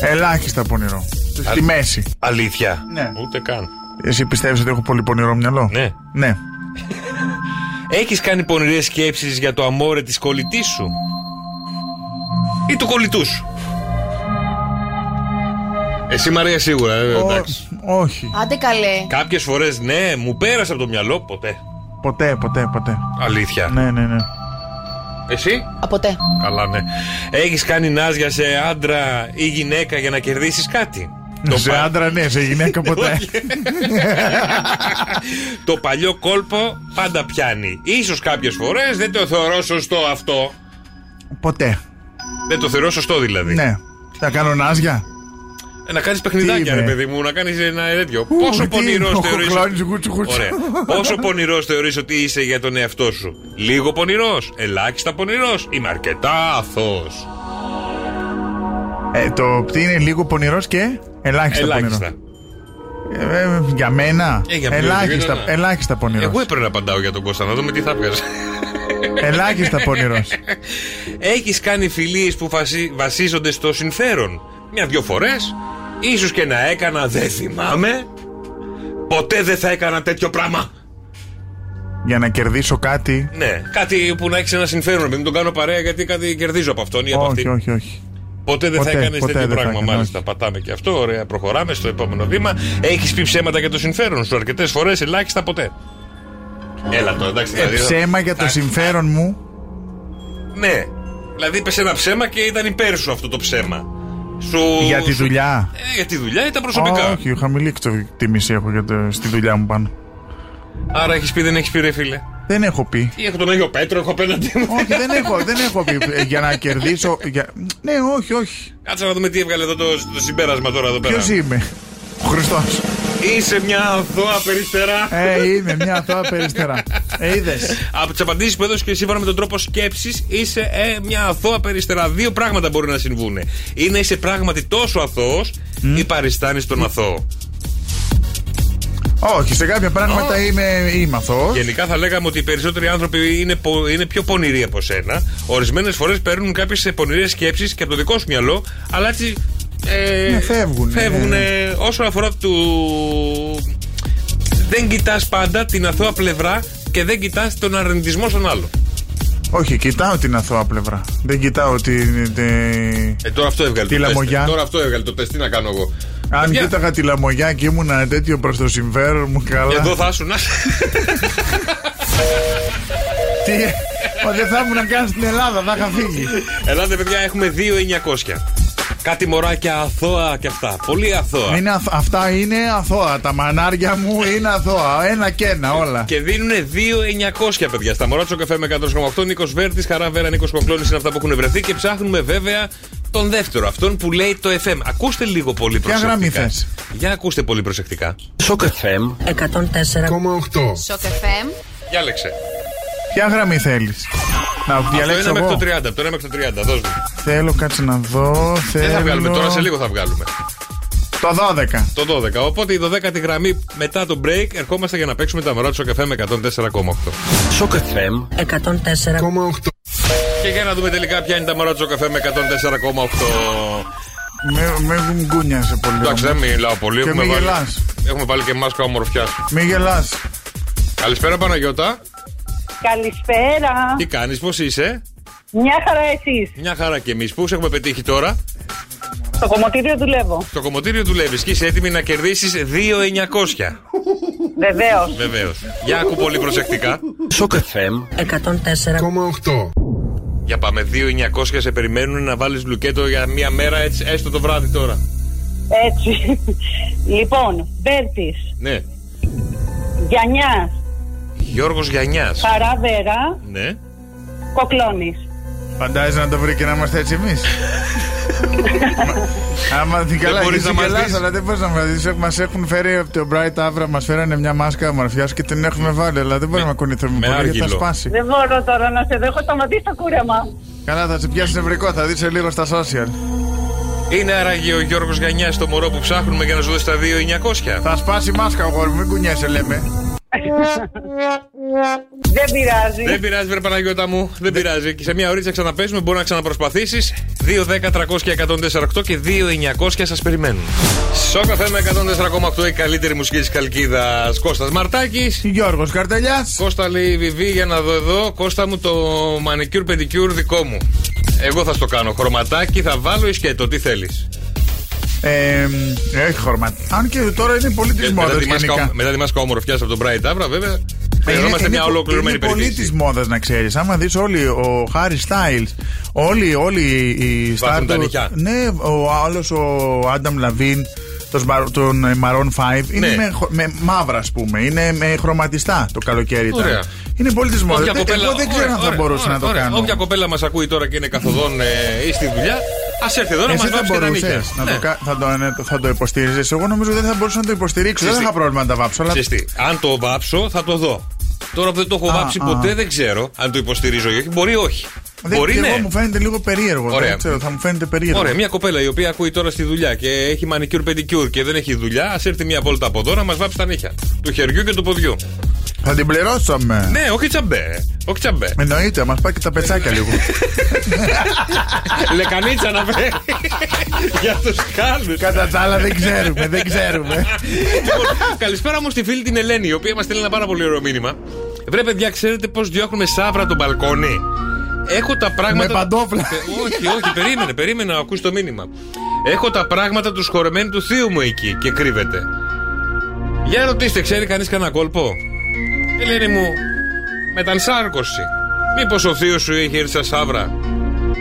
D: Ελάχιστα πονηρό. Στη μέση.
A: Αλήθεια.
D: Ναι.
A: Ούτε καν.
D: Εσύ πιστεύεις ότι έχω πολύ πονηρό μυαλό.
A: Ναι.
D: Ναι.
A: Έχεις κάνει πονηρές σκέψεις για το αμόρε της κολλητής σου ή του κολλητού σου. Εσύ Μαρία σίγουρα, ε,
D: Ο-
A: εντάξει.
D: όχι.
I: Άντε καλέ.
A: Κάποιες φορές ναι, μου πέρασε από το μυαλό ποτέ.
D: Ποτέ, ποτέ, ποτέ.
A: Αλήθεια.
D: Ναι, ναι, ναι.
A: Εσύ,
I: Αποτέ.
A: καλά, ναι. Έχεις κάνει νάζια σε άντρα ή γυναίκα για να κερδίσεις κάτι. Το,
D: σε
A: πα-
D: άντρα, ναι, σε γυναίκα ποτέ.
A: το παλιό κόλπο πάντα πιάνει. Ίσως κάποιες φορές δεν το θεωρώ σωστό αυτό.
D: ποτέ.
A: Δεν το θεωρώ σωστό δηλαδή.
D: Ναι. Θα κάνω νάζια.
A: Ε, να κάνεις παιχνιδάκια,
D: Τι
A: ρε
D: είναι?
A: παιδί μου, να κάνεις ένα τέτοιο.
D: Ου,
A: Πόσο
D: τι είναι
A: πονηρό
D: ο
A: θεωρείς.
D: χοκλάνης, γούτσου, γούτσου.
A: Πόσο πονηρός θεωρείς ότι είσαι για τον εαυτό σου. Λίγο πονηρός, ελάχιστα πονηρός. Είμαι αρκετά αθώος.
D: Ε, το τι είναι λίγο πονηρός και ελάχιστα,
A: Ελάχιστα.
D: πονηρός. Ε, ε, για μένα.
A: Ε, για ποιον, για
D: ελάχιστα,
A: μένα.
D: ελάχιστα πονηρός.
A: Εγώ έπρεπε να απαντάω για τον Κώστα, να δούμε τι θα βγάζει.
D: Ελάχιστα πονηρός.
A: Έχεις κάνει φιλίες που φασι- βασίζονται στο συμφέρον. Μια-δυο φορές. Ίσως και να έκανα, δεν θυμάμαι. Ποτέ δεν θα έκανα τέτοιο πράγμα.
D: για να κερδίσω κάτι.
A: Ναι, κάτι που να έχει ένα συμφέρον. Μην τον κάνω παρέα γιατί κάτι κερδίζω από αυτόν ή από
D: όχι,
A: αυτήν.
D: όχι, όχι.
A: Ποτέ δεν θα
D: Ποτέ,
A: έκανες
D: ποτέ
A: τέτοιο
D: δεν θα
A: πράγμα.
D: έκανα,
A: Μάλιστα,
D: όχι.
A: πατάμε και αυτό. Ωραία, προχωράμε στο επόμενο βήμα. Έχεις πει ψέματα για το συμφέρον σου αρκετές φορές, ελάχιστα ποτέ. Έλα το, εντάξει.
D: Ε,
A: δηλαδή,
D: ψέμα για το
A: θα-
D: συμφέρον μου.
A: Ναι. Δηλαδή είπε ένα ψέμα και ήταν υπέρ σου αυτό το ψέμα. Σου...
D: Για τη
A: σου-
D: δουλειά.
A: Ε, για τη δουλειά ήταν προσωπικά.
D: Όχι, χαμηλή το- τη μισή έχω για το- στη δουλειά μου πάνω.
A: Άρα έχεις πει, δεν έχεις πει, ρε φίλε.
D: Δεν έχω πει.
A: Ή έχω τον Άγιο Πέτρο, έχω απέναντί μου.
D: όχι, δεν έχω, δεν έχω πει. Ε, Για να κερδίσω. Για... Ναι, όχι, όχι.
A: Κάτσε να δούμε τι έβγαλε εδώ το, το συμπέρασμα τώρα εδώ πέρα.
D: Ποιος είμαι. Ο Χριστός.
A: Είσαι μια αθώα περιστερά.
D: Ε, είμαι μια αθώα περιστερά. Ε, είδες.
A: Από τις απαντήσεις που έδωσε και σύμφωνα με τον τρόπο σκέψης, είσαι ε, μια αθώα περιστερά. Δύο πράγματα μπορούν να συμβούν. Ή να είσαι πράγματι τόσο αθώος, ή παριστάνεις τον αθώο.
D: Όχι, σε κάποια πράγματα είμαι, είμαι αθώος.
A: Γενικά θα λέγαμε ότι οι περισσότεροι άνθρωποι είναι, πο- είναι πιο πονηροί από σένα. Ορισμένες φορές παίρνουν κάποιες πονηρές σκέψεις και από το δικό σου μυαλό, αλλά έτσι. Ε,
D: Ναι, φεύγουνε.
A: φεύγουνε. όσον αφορά του. Δεν κοιτάς πάντα την αθώα πλευρά και δεν κοιτάς τον αρνητισμό στον άλλο.
D: Όχι, κοιτάω την αθώα πλευρά. Δεν κοιτάω την. την-
A: Ε, τώρα αυτό έβγαλε
D: Τι
A: το
D: λαμογιά.
A: τεστ. Τώρα αυτό έβγαλε το τεστ. Τι να κάνω εγώ.
D: Αν
A: Παιδιά,
D: κοίταγα τη λαμογιά και ήμουν τέτοιο προς το συμφέρον μου, καλά.
A: Εδώ θα ήσουν.
D: Τι... Μα δεν θα ήμουν καν στην Ελλάδα, θα είχα φύγει.
A: Ελάτε, παιδιά, έχουμε 2.900. Κάτι μωράκια αθώα και αυτά. Πολύ αθώα.
D: Είναι αθ- Αυτά είναι αθώα. Τα μανάρια μου είναι αθώα. Ένα και ένα όλα.
A: Και δίνουν 2.900 παιδιά. Στα μωρά του καφέ με 100,8 Νίκος Βέρτης, χαρά Βέρα Νίκος Κοκλώνης είναι αυτά που έχουν βρεθεί και ψάχνουμε βέβαια τον δεύτερο, αυτόν που λέει το FM. Ακούστε λίγο πολύ
D: Ποια
A: προσεκτικά.
D: γραμμή θες?
A: Για ακούστε πολύ προσεκτικά.
C: Shock FM
J: 104.
I: Σοκ FM.
A: Διάλεξε.
D: Ποια γραμμή θέλεις. Να
A: το
D: διαλέξω
A: 1 μέχρι
D: εγώ.
A: το 30. Από το 1 μέχρι το 30. Δώσ' μου.
D: Θέλω κάτσε να δω. Θέλω...
A: Δεν θα βγάλουμε τώρα, σε λίγο θα βγάλουμε.
D: Το 12.
A: Το 12. Οπότε η 12η γραμμή μετά το break ερχόμαστε για να παίξουμε τα μωρά του καφέ με 104,8.
C: Shock FM
J: 104.
A: Και για να δούμε τελικά ποια είναι τα μαράτσο καφέ με 104,8.
D: Με, με γκούνιασε πολύ.
A: Εντάξει, δεν μιλάω πολύ.
D: Και μη γελάς.
A: έχουμε βάλει και μάσκα ομορφιάς.
D: Μη γελάς.
A: Καλησπέρα Παναγιώτα.
E: Καλησπέρα.
A: Τι κάνεις, πώς είσαι.
E: Μια χαρά εσείς.
A: Μια χαρά και εμείς. Πού σε έχουμε πετύχει τώρα.
E: Στο κομμωτήριο δουλεύω.
A: Στο κομμωτήριο δουλεύεις και είσαι έτοιμη να κερδίσεις 2.900.
E: Βεβαίως.
A: Βεβαίως. Για ακού πολύ προσεκτικά.
C: Shock FM
J: 104.
A: Για πάμε. 2.900 σε περιμένουν να βάλεις λουκέτο για μία μέρα έτσι, έστω το βράδυ τώρα.
E: Έτσι. Λοιπόν, Βέρτης,
A: Ναι.
E: Γιανιά,
A: Γιώργο Γιανιά.
E: Χαρά Βέρα,
A: Ναι.
E: Κοκλώνης.
D: Φαντάζεσαι να το βρει και να είμαστε έτσι εμείς. Άμα την καλά,
A: μπορείς
D: εσύ
A: να μας
D: γελάς,
A: δεις.
D: αλλά δεν μπορείς να μας δεις. Μας έχουν φέρει από το Bright Avra, μας φέρανε μια μάσκα ομορφιάς και την έχουμε βάλει. Αλλά δεν μπορούμε να κουνηθούμε
A: με
D: πολύ γιατί θα
A: άργυλο.
D: σπάσει.
E: Δεν μπορώ τώρα να σε δέχω, σταματήσει το κούρεμα.
D: Καλά, θα σε πιάσει νευρικό, θα δεις σε λίγο στα social.
A: Είναι άραγε ο Γιώργος Γιανιά το μωρό που ψάχνουμε για να σου δώσει τα 2.900.
D: Θα σπάσει η μάσκα, αγόρι μου, μην κουνιέσαι, λέμε.
E: Δεν πειράζει.
A: Δεν πειράζει, βρε Παναγιώτα μου. Δεν πειράζει. Και σε μια ωρίτσα ξαναπέσουμε, μπορεί να ξαναπροσπαθήσεις. 2, 10, 300 και 148 και 2, 900 σας περιμένουν. Σόκα θέμα 104,8 η καλύτερη μουσική της Καλκίδας. Κώστας Μαρτάκης.
D: Γιώργος Καρτελιάς.
A: Κώστα λέει βιβί για να δω εδώ. Κώστα μου το μανικιούρ πεντικιούρ δικό μου. Εγώ θα στο κάνω. Χρωματάκι θα βάλω ή σκέτο, τι θέλεις.
D: Ε, έχει χορμάτι. Αν και τώρα είναι πολύ τη μόδα
A: Μετά, τη Ε, δηλαδή, μάσκα-
D: γενικά.
A: μετά τη μάσκα ομορφιά από τον Bright Abra, βέβαια.
D: Είναι-
A: Χρειαζόμαστε
D: είναι
A: μια
D: πο-
A: ολοκληρωμένη
D: Είναι πολύ
A: περιποίηση.
D: της μόδας να ξέρεις. Άμα δεις όλοι, ο Χάρι Στάιλ, όλοι, όλοι οι
A: Βάζουν
D: στάρ
A: τα
D: του-
A: νικιά.
D: Ναι, ο άλλος ο Άνταμ Λαβίν, τον Σμα- τον ε, Maroon 5, είναι
A: Ναι.
D: με, χο- με μαύρα, ας πούμε. Είναι με χρωματιστά το καλοκαίρι. ήταν.
A: Ωραία.
D: Είναι πολύ της μόδας.
A: Όποια κοπέλα-
D: Εγώ δεν ξέρω
A: ωραία,
D: αν θα
A: ωραία,
D: μπορούσα
A: ωραία,
D: να το
A: ωραία.
D: κάνω.
A: Όποια κοπέλα μας ακούει τώρα και είναι καθοδόν ε, ή στη δουλειά, ας έρθει εδώ να μα
D: Εσύ δεν
A: βάψει και τα νύχια.
D: μπορούσε να το,
A: Ναι.
D: κα- θα το, ναι, θα το υποστήριζε. Εγώ νομίζω δεν θα μπορούσα να το υποστηρίξω. Δεν
A: Ξέρεις
D: θα
A: τι-
D: είχα πρόβλημα να τα βάψω. Αλλά
A: Ξέρεις τι, αν το βάψω θα το δω. Τώρα που δεν το έχω
D: Α,
A: βάψει
D: α.
A: ποτέ δεν ξέρω αν το υποστηρίζω ή όχι. Μπορεί όχι.
D: δεν-
A: Μπορεί
D: και
A: ναι.
D: εγώ μου φαίνεται λίγο περίεργο.
A: Ωραία.
D: Δεν ξέρω, θα μου φαίνεται περίεργο.
A: Ωραία, μια κοπέλα η οποία ακούει τώρα στη δουλειά και έχει μανικιούρ πεντικιούρ και δεν έχει δουλειά, ας έρθει μια βόλτα από εδώ να μας βάψει τα νύχια. Του χεριού και του ποδιού.
D: Θα την πληρώσαμε.
A: Ναι, όχι τσαμπέ. Όχι τσαμπέ.
D: Εννοείται, μας πάει και τα πετσάκια λίγο.
A: Λεκανίτσα να βρει. Για τους κάλου.
D: Κατά τα άλλα δεν ξέρουμε, δεν ξέρουμε.
A: Λοιπόν, καλησπέρα μου στη φίλη την Ελένη, η οποία μας στέλνει ένα πάρα πολύ ωραίο μήνυμα. Βρε, παιδιά, ξέρετε πώς διώχνουμε σάβρα το μπαλκόνι. Έχω τα πράγματα.
D: Με παντόφλα.
A: Πε- όχι, όχι, περίμενε, περίμενε να ακούσει το μήνυμα. Έχω τα πράγματα τους σχορεμένου του θείου μου εκεί και κρύβεται. Για ρωτήστε, ξέρει κανείς κανένα κόλπο. Ελένη μου, μετανσάρκωση. Μήπως ο θείος σου έχει έρθει σαν σάβρα.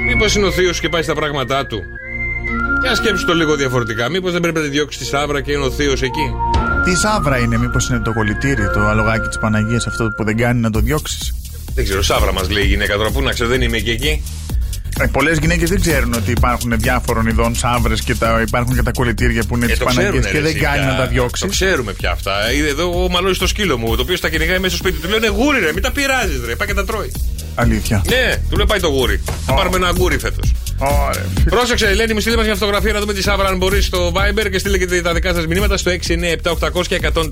A: Μήπω είναι ο θείος σου και πάει στα πράγματά του. Για σκέψου το λίγο διαφορετικά. Μήπως δεν πρέπει να τη διώξεις τη σάβρα και είναι ο θείος εκεί.
D: Τι σάβρα είναι, μήπως είναι το κολλητήρι, το αλογάκι της Παναγίας, αυτό που δεν κάνει να το διώξεις.
A: Δεν ξέρω, Σάβρα μας λέει η γυναίκα τώρα. Πού να ξέρω, δεν είμαι και εκεί.
D: Ε, Πολλές γυναίκες δεν ξέρουν ότι υπάρχουν διάφορων ειδών σαύρες και τα, υπάρχουν και τα κολλητήρια που είναι
A: Ε,
D: της
A: το
D: Παναγία
A: ξέρουνε,
D: και
A: ρε,
D: δεν
A: εσύ,
D: κάνει
A: πια.
D: να τα διώξεις.
A: Το ξέρουμε πια αυτά. Είδε εδώ ο Μαλό στο σκύλο μου, το οποίο στα κυνηγάει μέσα στο σπίτι. Του λέω είναι γούρι, ρε, μην τα πειράζεις, ρε. Πάει και τα τρώει.
D: Αλήθεια.
A: Ναι, του λέω πάει το γούρι. Θα
D: Ω.
A: πάρουμε ένα γούρι φέτος.
D: Ωραία.
A: Πρόσεξε, Ελένη, μου στείλε μας μια φωτογραφία να δούμε τη Σάβρα αν μπορείς στο Viber και στείλε και τα δικά σας μηνύματα στο 697-800 και 148.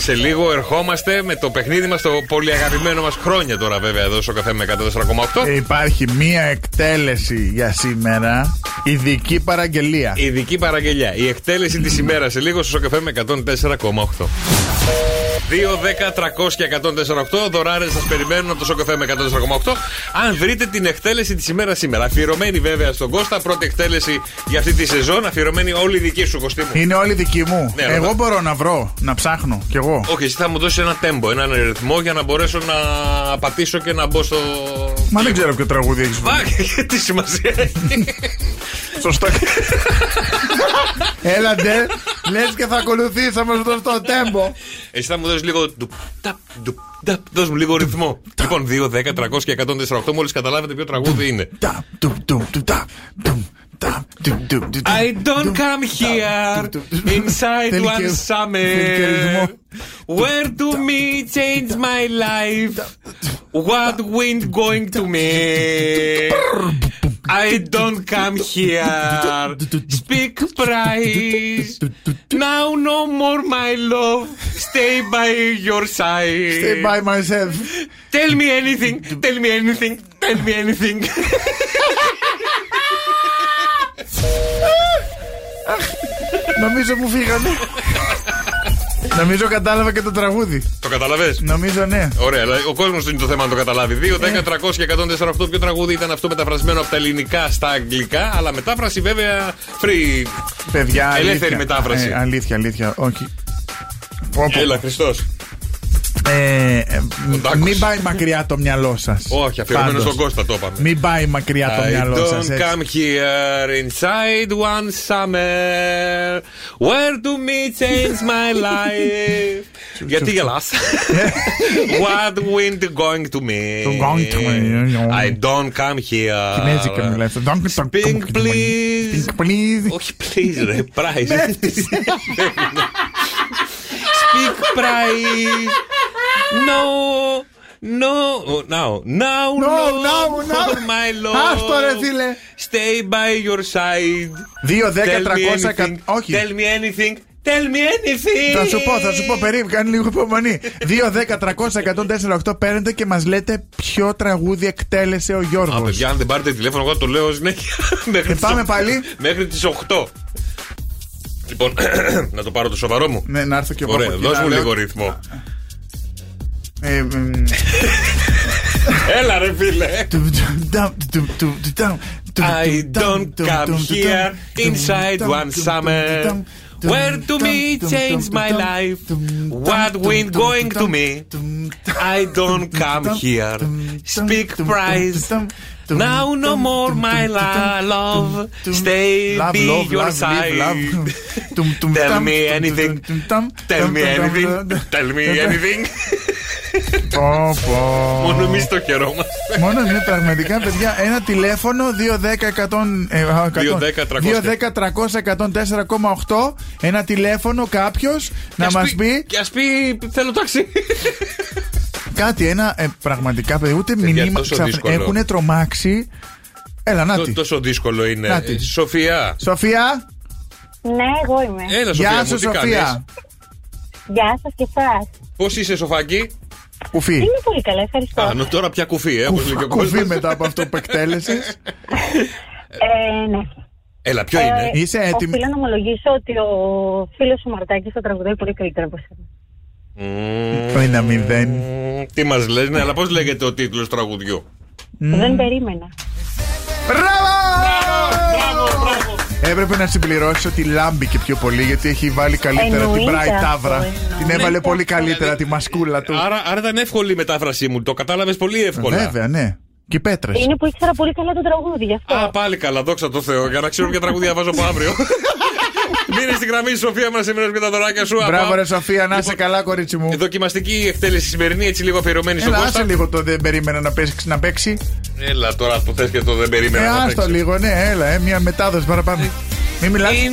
A: Σε λίγο ερχόμαστε με το παιχνίδι μας, το πολύ αγαπημένο μας χρόνια τώρα βέβαια εδώ στο καφέ με 104,8.
D: Ε, Υπάρχει μία εκτέλεση για σήμερα, ειδική παραγγελία.
A: Ειδική παραγγελιά. Η εκτέλεση της ημέρας σε λίγο στο καφέ με 104,8. 2, 10, 300 και 104,8 δωράρες σας περιμένουν από το σοκαφέ με 104,8. Αν βρείτε την εκτέλεση της ημέρας σήμερα. Αφιερωμένη βέβαια στον Κώστα, πρώτη εκτέλεση για αυτή τη σεζόν. Αφιερωμένη όλη η δική σου κοστή μου.
D: Είναι όλη δική μου.
A: Ναι,
D: εγώ
A: ρωτά.
D: μπορώ να βρω, να ψάχνω κι εγώ.
A: Όχι, εσύ θα μου δώσεις ένα τέμπο, έναν ρυθμό για να μπορέσω να πατήσω και να μπω στο.
D: Μα δεν ξέρω ποιο τραγούδι έχεις βρει.
A: Βα, τι σημασία έχει.
D: Σωστό. Έλαντε, λες και θα ακολουθήσαμε στο στο τέμπο.
A: Εσύ θα μου δώσεις λίγο. ντουπ, ταπ, ντουπ, ταπ. Δώσ' μου λίγο ρυθμό. λοιπόν, 2, 10, 300 και 148, μόλις καταλάβετε ποιο τραγούδι είναι.
D: Τα, του, του, του, τα, του, τα, του, του, του, του,
A: I
D: του,
A: don't come
D: τα,
A: here
D: του, του, του.
A: inside
D: Θέλει
A: one
D: και- θέλει και
A: summer.
D: ρυθμό.
A: Where do me change my life? What wind going to me? I don't come here. Speak price. Now no more my love. Stay by your side.
D: Stay by myself.
A: Tell me anything, tell me anything, tell me anything.
D: Νομίζω μου φύγανε. Νομίζω κατάλαβα και το τραγούδι.
A: Το καταλαβες.
D: Νομίζω ναι.
A: Ωραία, αλλά ο κόσμος είναι το θέμα να το καταλάβει. 2, 10, 300 και 148. Ποιο τραγούδι ήταν αυτό μεταφρασμένο από τα ελληνικά στα αγγλικά, αλλά μετάφραση βέβαια free.
D: Παιδιά.
A: Ελεύθερη
D: αλήθεια.
A: μετάφραση.
D: Ε, αλήθεια, αλήθεια. Όχι. Πω, πω.
A: Έλα, Χριστός.
D: Ε, ε,
A: Ο Τάκος.
D: μην πάει μακριά το μυαλό σας.
A: Όχι, αφιερωμένο στον Κώστα το είπαμε.
D: Μην πάει μακριά Ναι, το
A: I
D: μυαλό
A: don't
D: σας.
A: come here inside one summer. Where do me change my life? Γιατί γελάς What wind going to me?
D: Going to me. ναι,
A: I don't come here.
D: Κινέζικα μιλάει αυτό. Don't talk-
A: Pink, please.
D: Pink, please.
A: Όχι, please, ρε. Price. Speak price. No. No, now, now,
D: No, now, now.
A: my love.
D: Άστο, ρε, φίλε.
A: Stay by your side.
D: 2, 10,
A: Tell me
D: 300,
A: anything.
D: όχι.
A: Tell me anything. Tell me anything.
D: Θα σου πω, θα σου πω περίπου, κάνει λίγο υπομονή. 2-10-300-104-8 παίρνετε και μας λέτε ποιο τραγούδι εκτέλεσε ο
A: Α,
D: Γιώργο.
A: παιδιά, αν δεν πάρετε τηλέφωνο, εγώ το λέω συνέχεια. Μέχρι
D: Και
A: τις
D: Ε, πάμε
A: οχ-
D: πάλι.
A: Μέχρι τις 8. Λοιπόν, να το πάρω το σοβαρό μου.
D: Ναι, να έρθω και εγώ.
A: Ωραία,
D: από εκεί,
A: δώσ'
D: να
A: μου
D: λέω-
A: λίγο ρυθμό.
D: Ε, μ,
A: Έλα ρε φίλε. I don't come here inside one summer. Where to me changed my life. What went going to me. I don't come here. Speak price. Now no more my la- love. Stay
D: Love,
A: be
D: love,
A: your
D: love,
A: side.
D: love, love. Tum, tum,
A: Tell
D: tam,
A: me
D: tum,
A: anything.
D: tum, tum, tum,
A: Tell me
D: tum, tum,
A: anything.
D: tum.
A: Tell me anything.
D: Πω, πω.
A: Μόνο εμείς το χαιρόμαστε.
D: Μόνο είναι πραγματικά, παιδιά. Ένα τηλέφωνο ε, 210-300-104,8. Ένα τηλέφωνο κάποιος να μας πει
A: Και ας πει θέλω ταξί.
D: κάτι. Ένα ε, πραγματικά, παιδιά. Ούτε μηνύμα.
A: τόσο δύσκολο.
D: Έχουν τρομάξει. Έλα, να τη.
A: Τό- Τόσο δύσκολο είναι.
D: Να τη.
A: Ε, Σοφία.
D: Σοφία,
H: Ναι, εγώ είμαι.
A: Έλα, Σοφία.
D: γεια
A: μου,
D: σου,
A: τι κάνεις?
D: Σοφία.
H: Γεια σας και εσά.
A: Πώς είσαι, Σοφάκι.
D: Κουφί.
H: Είμαι πολύ καλά, ευχαριστώ.
A: Α, νο, τώρα πια κουφί, ε, όπως λέει και ο
D: Κουφί
A: κόσμος.
D: μετά από αυτό που εκτέλεσε.
H: Ε, ναι.
A: Έλα,
K: Ε,
A: ποιο είναι.
D: Είσαι έτοιμη.
H: Οφείλω να ομολογήσω ότι ο φίλος ο Μαρτάκης το τραγουδάει πολύ καλύτερα από εσένα.
D: Ένα μηδέν.
A: Μμμ, Τι μας λες, ναι, αλλά πώς λέγεται ο τίτλος τραγουδιού.
H: Δεν περίμενα.
D: Μπράβο! Έπρεπε να συμπληρώσει ότι λάμπηκε πιο πολύ γιατί έχει βάλει καλύτερα την
H: Εννοείται
D: Bright
H: αυτό,
D: Tavra.
H: εννοείται.
D: Την έβαλε πολύ καλύτερα τη μασκούλα του.
A: Άρα, άρα ήταν εύκολη η μετάφρασή μου, το κατάλαβες πολύ εύκολα.
D: Βέβαια, ναι. Και οι πέτρες.
H: Είναι που ήξερα πολύ καλά το τραγούδι, γι' αυτό.
A: Α, πάλι καλά, δόξα τω Θεώ, για να ξέρω ποια τραγουδία βάζω από αύριο. Μείνε στην γραμμή, Σοφία, μας σήμερα και τα δωράκια σου.
D: Μπράβο,
A: Απα-
D: ρε Σοφία, να είσαι
A: Λοιπόν,
D: καλά, κορίτσι μου.
A: ε, Δοκιμαστική εκτέλεση σημερινή, έτσι λίγο αφιερωμένη στον
D: Έλα, άσε
A: Κώστα.
D: λίγο το δεν περίμενα να παίξει. Να παίξει.
A: Έλα τώρα που θες και το δεν
D: Ε,
A: περίμενα. να
D: άστο
A: παίξω.
D: λίγο, ναι, έλα, ε, μια μετάδοση παραπάνω. Μην μιλάς, μην
A: Inside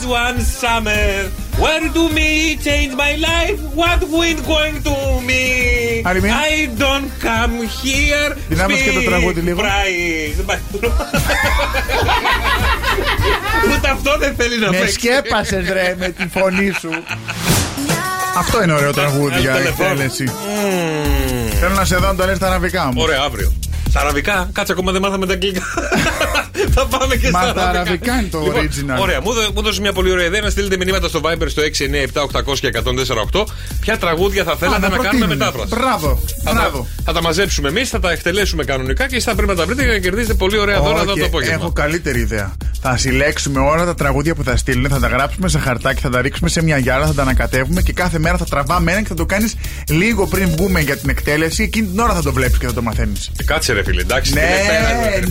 D: μιλάς.
A: one summer, where do me change my life? What wind going to me?
D: Άλλη μία.
A: I don't come here.
D: Δυνάμωσε και το
A: speak
D: τραγούδι λίγο.
A: price. Μα- Ούτε αυτό δεν θέλει να
D: Με
A: παίξει.
D: σκέπασες, ρε, με τη φωνή σου. Αυτό είναι ωραίο τραγούδι
A: Άλλο
D: για
A: τηλεφώνημα.
D: εκτέλεση.
A: Μμμ.
D: Θέλω να σε δω να το λε τα αραβικά μου.
A: Ωραία, αύριο. Στα αραβικά, κάτσε ακόμα δεν μάθαμε τα αγγλικά. Θα πάμε και
D: Μα
A: στα Λοιπόν,
D: τα αραβικά είναι το original.
A: Ωραία, μου, δώ- μου δώσες μια πολύ ωραία ιδέα να στείλετε μηνύματα στο Viber στο 697-800-1048. Ποια τραγούδια θα
D: Α,
A: θέλατε να, κάνουμε
D: προτείνουμε.
A: μετάφραση.
D: Μπράβο,
A: Θα
D: μπράβο.
A: τα, θα τα μαζέψουμε εμείς, θα τα εκτελέσουμε κανονικά και εσεί θα πρέπει να τα βρείτε για να κερδίσετε πολύ ωραία δώρα εδώ
D: Όχι,
A: το απόγευμα.
D: έχω καλύτερη ιδέα. Θα συλλέξουμε όλα τα τραγούδια που θα στείλουν, θα τα γράψουμε σε χαρτάκι, θα τα ρίξουμε σε μια γυάλα, θα τα ανακατεύουμε και κάθε μέρα θα τραβάμε ένα και θα το κάνεις λίγο πριν βγούμε για την εκτέλεση. Εκείνη την ώρα θα το βλέπεις και θα το μαθαίνεις.
A: Ε, Κάτσε ρε φίλε, εντάξει.
D: Ναι,
A: τι με πέρασε, ρε,
D: ναι.
A: Πρέπει,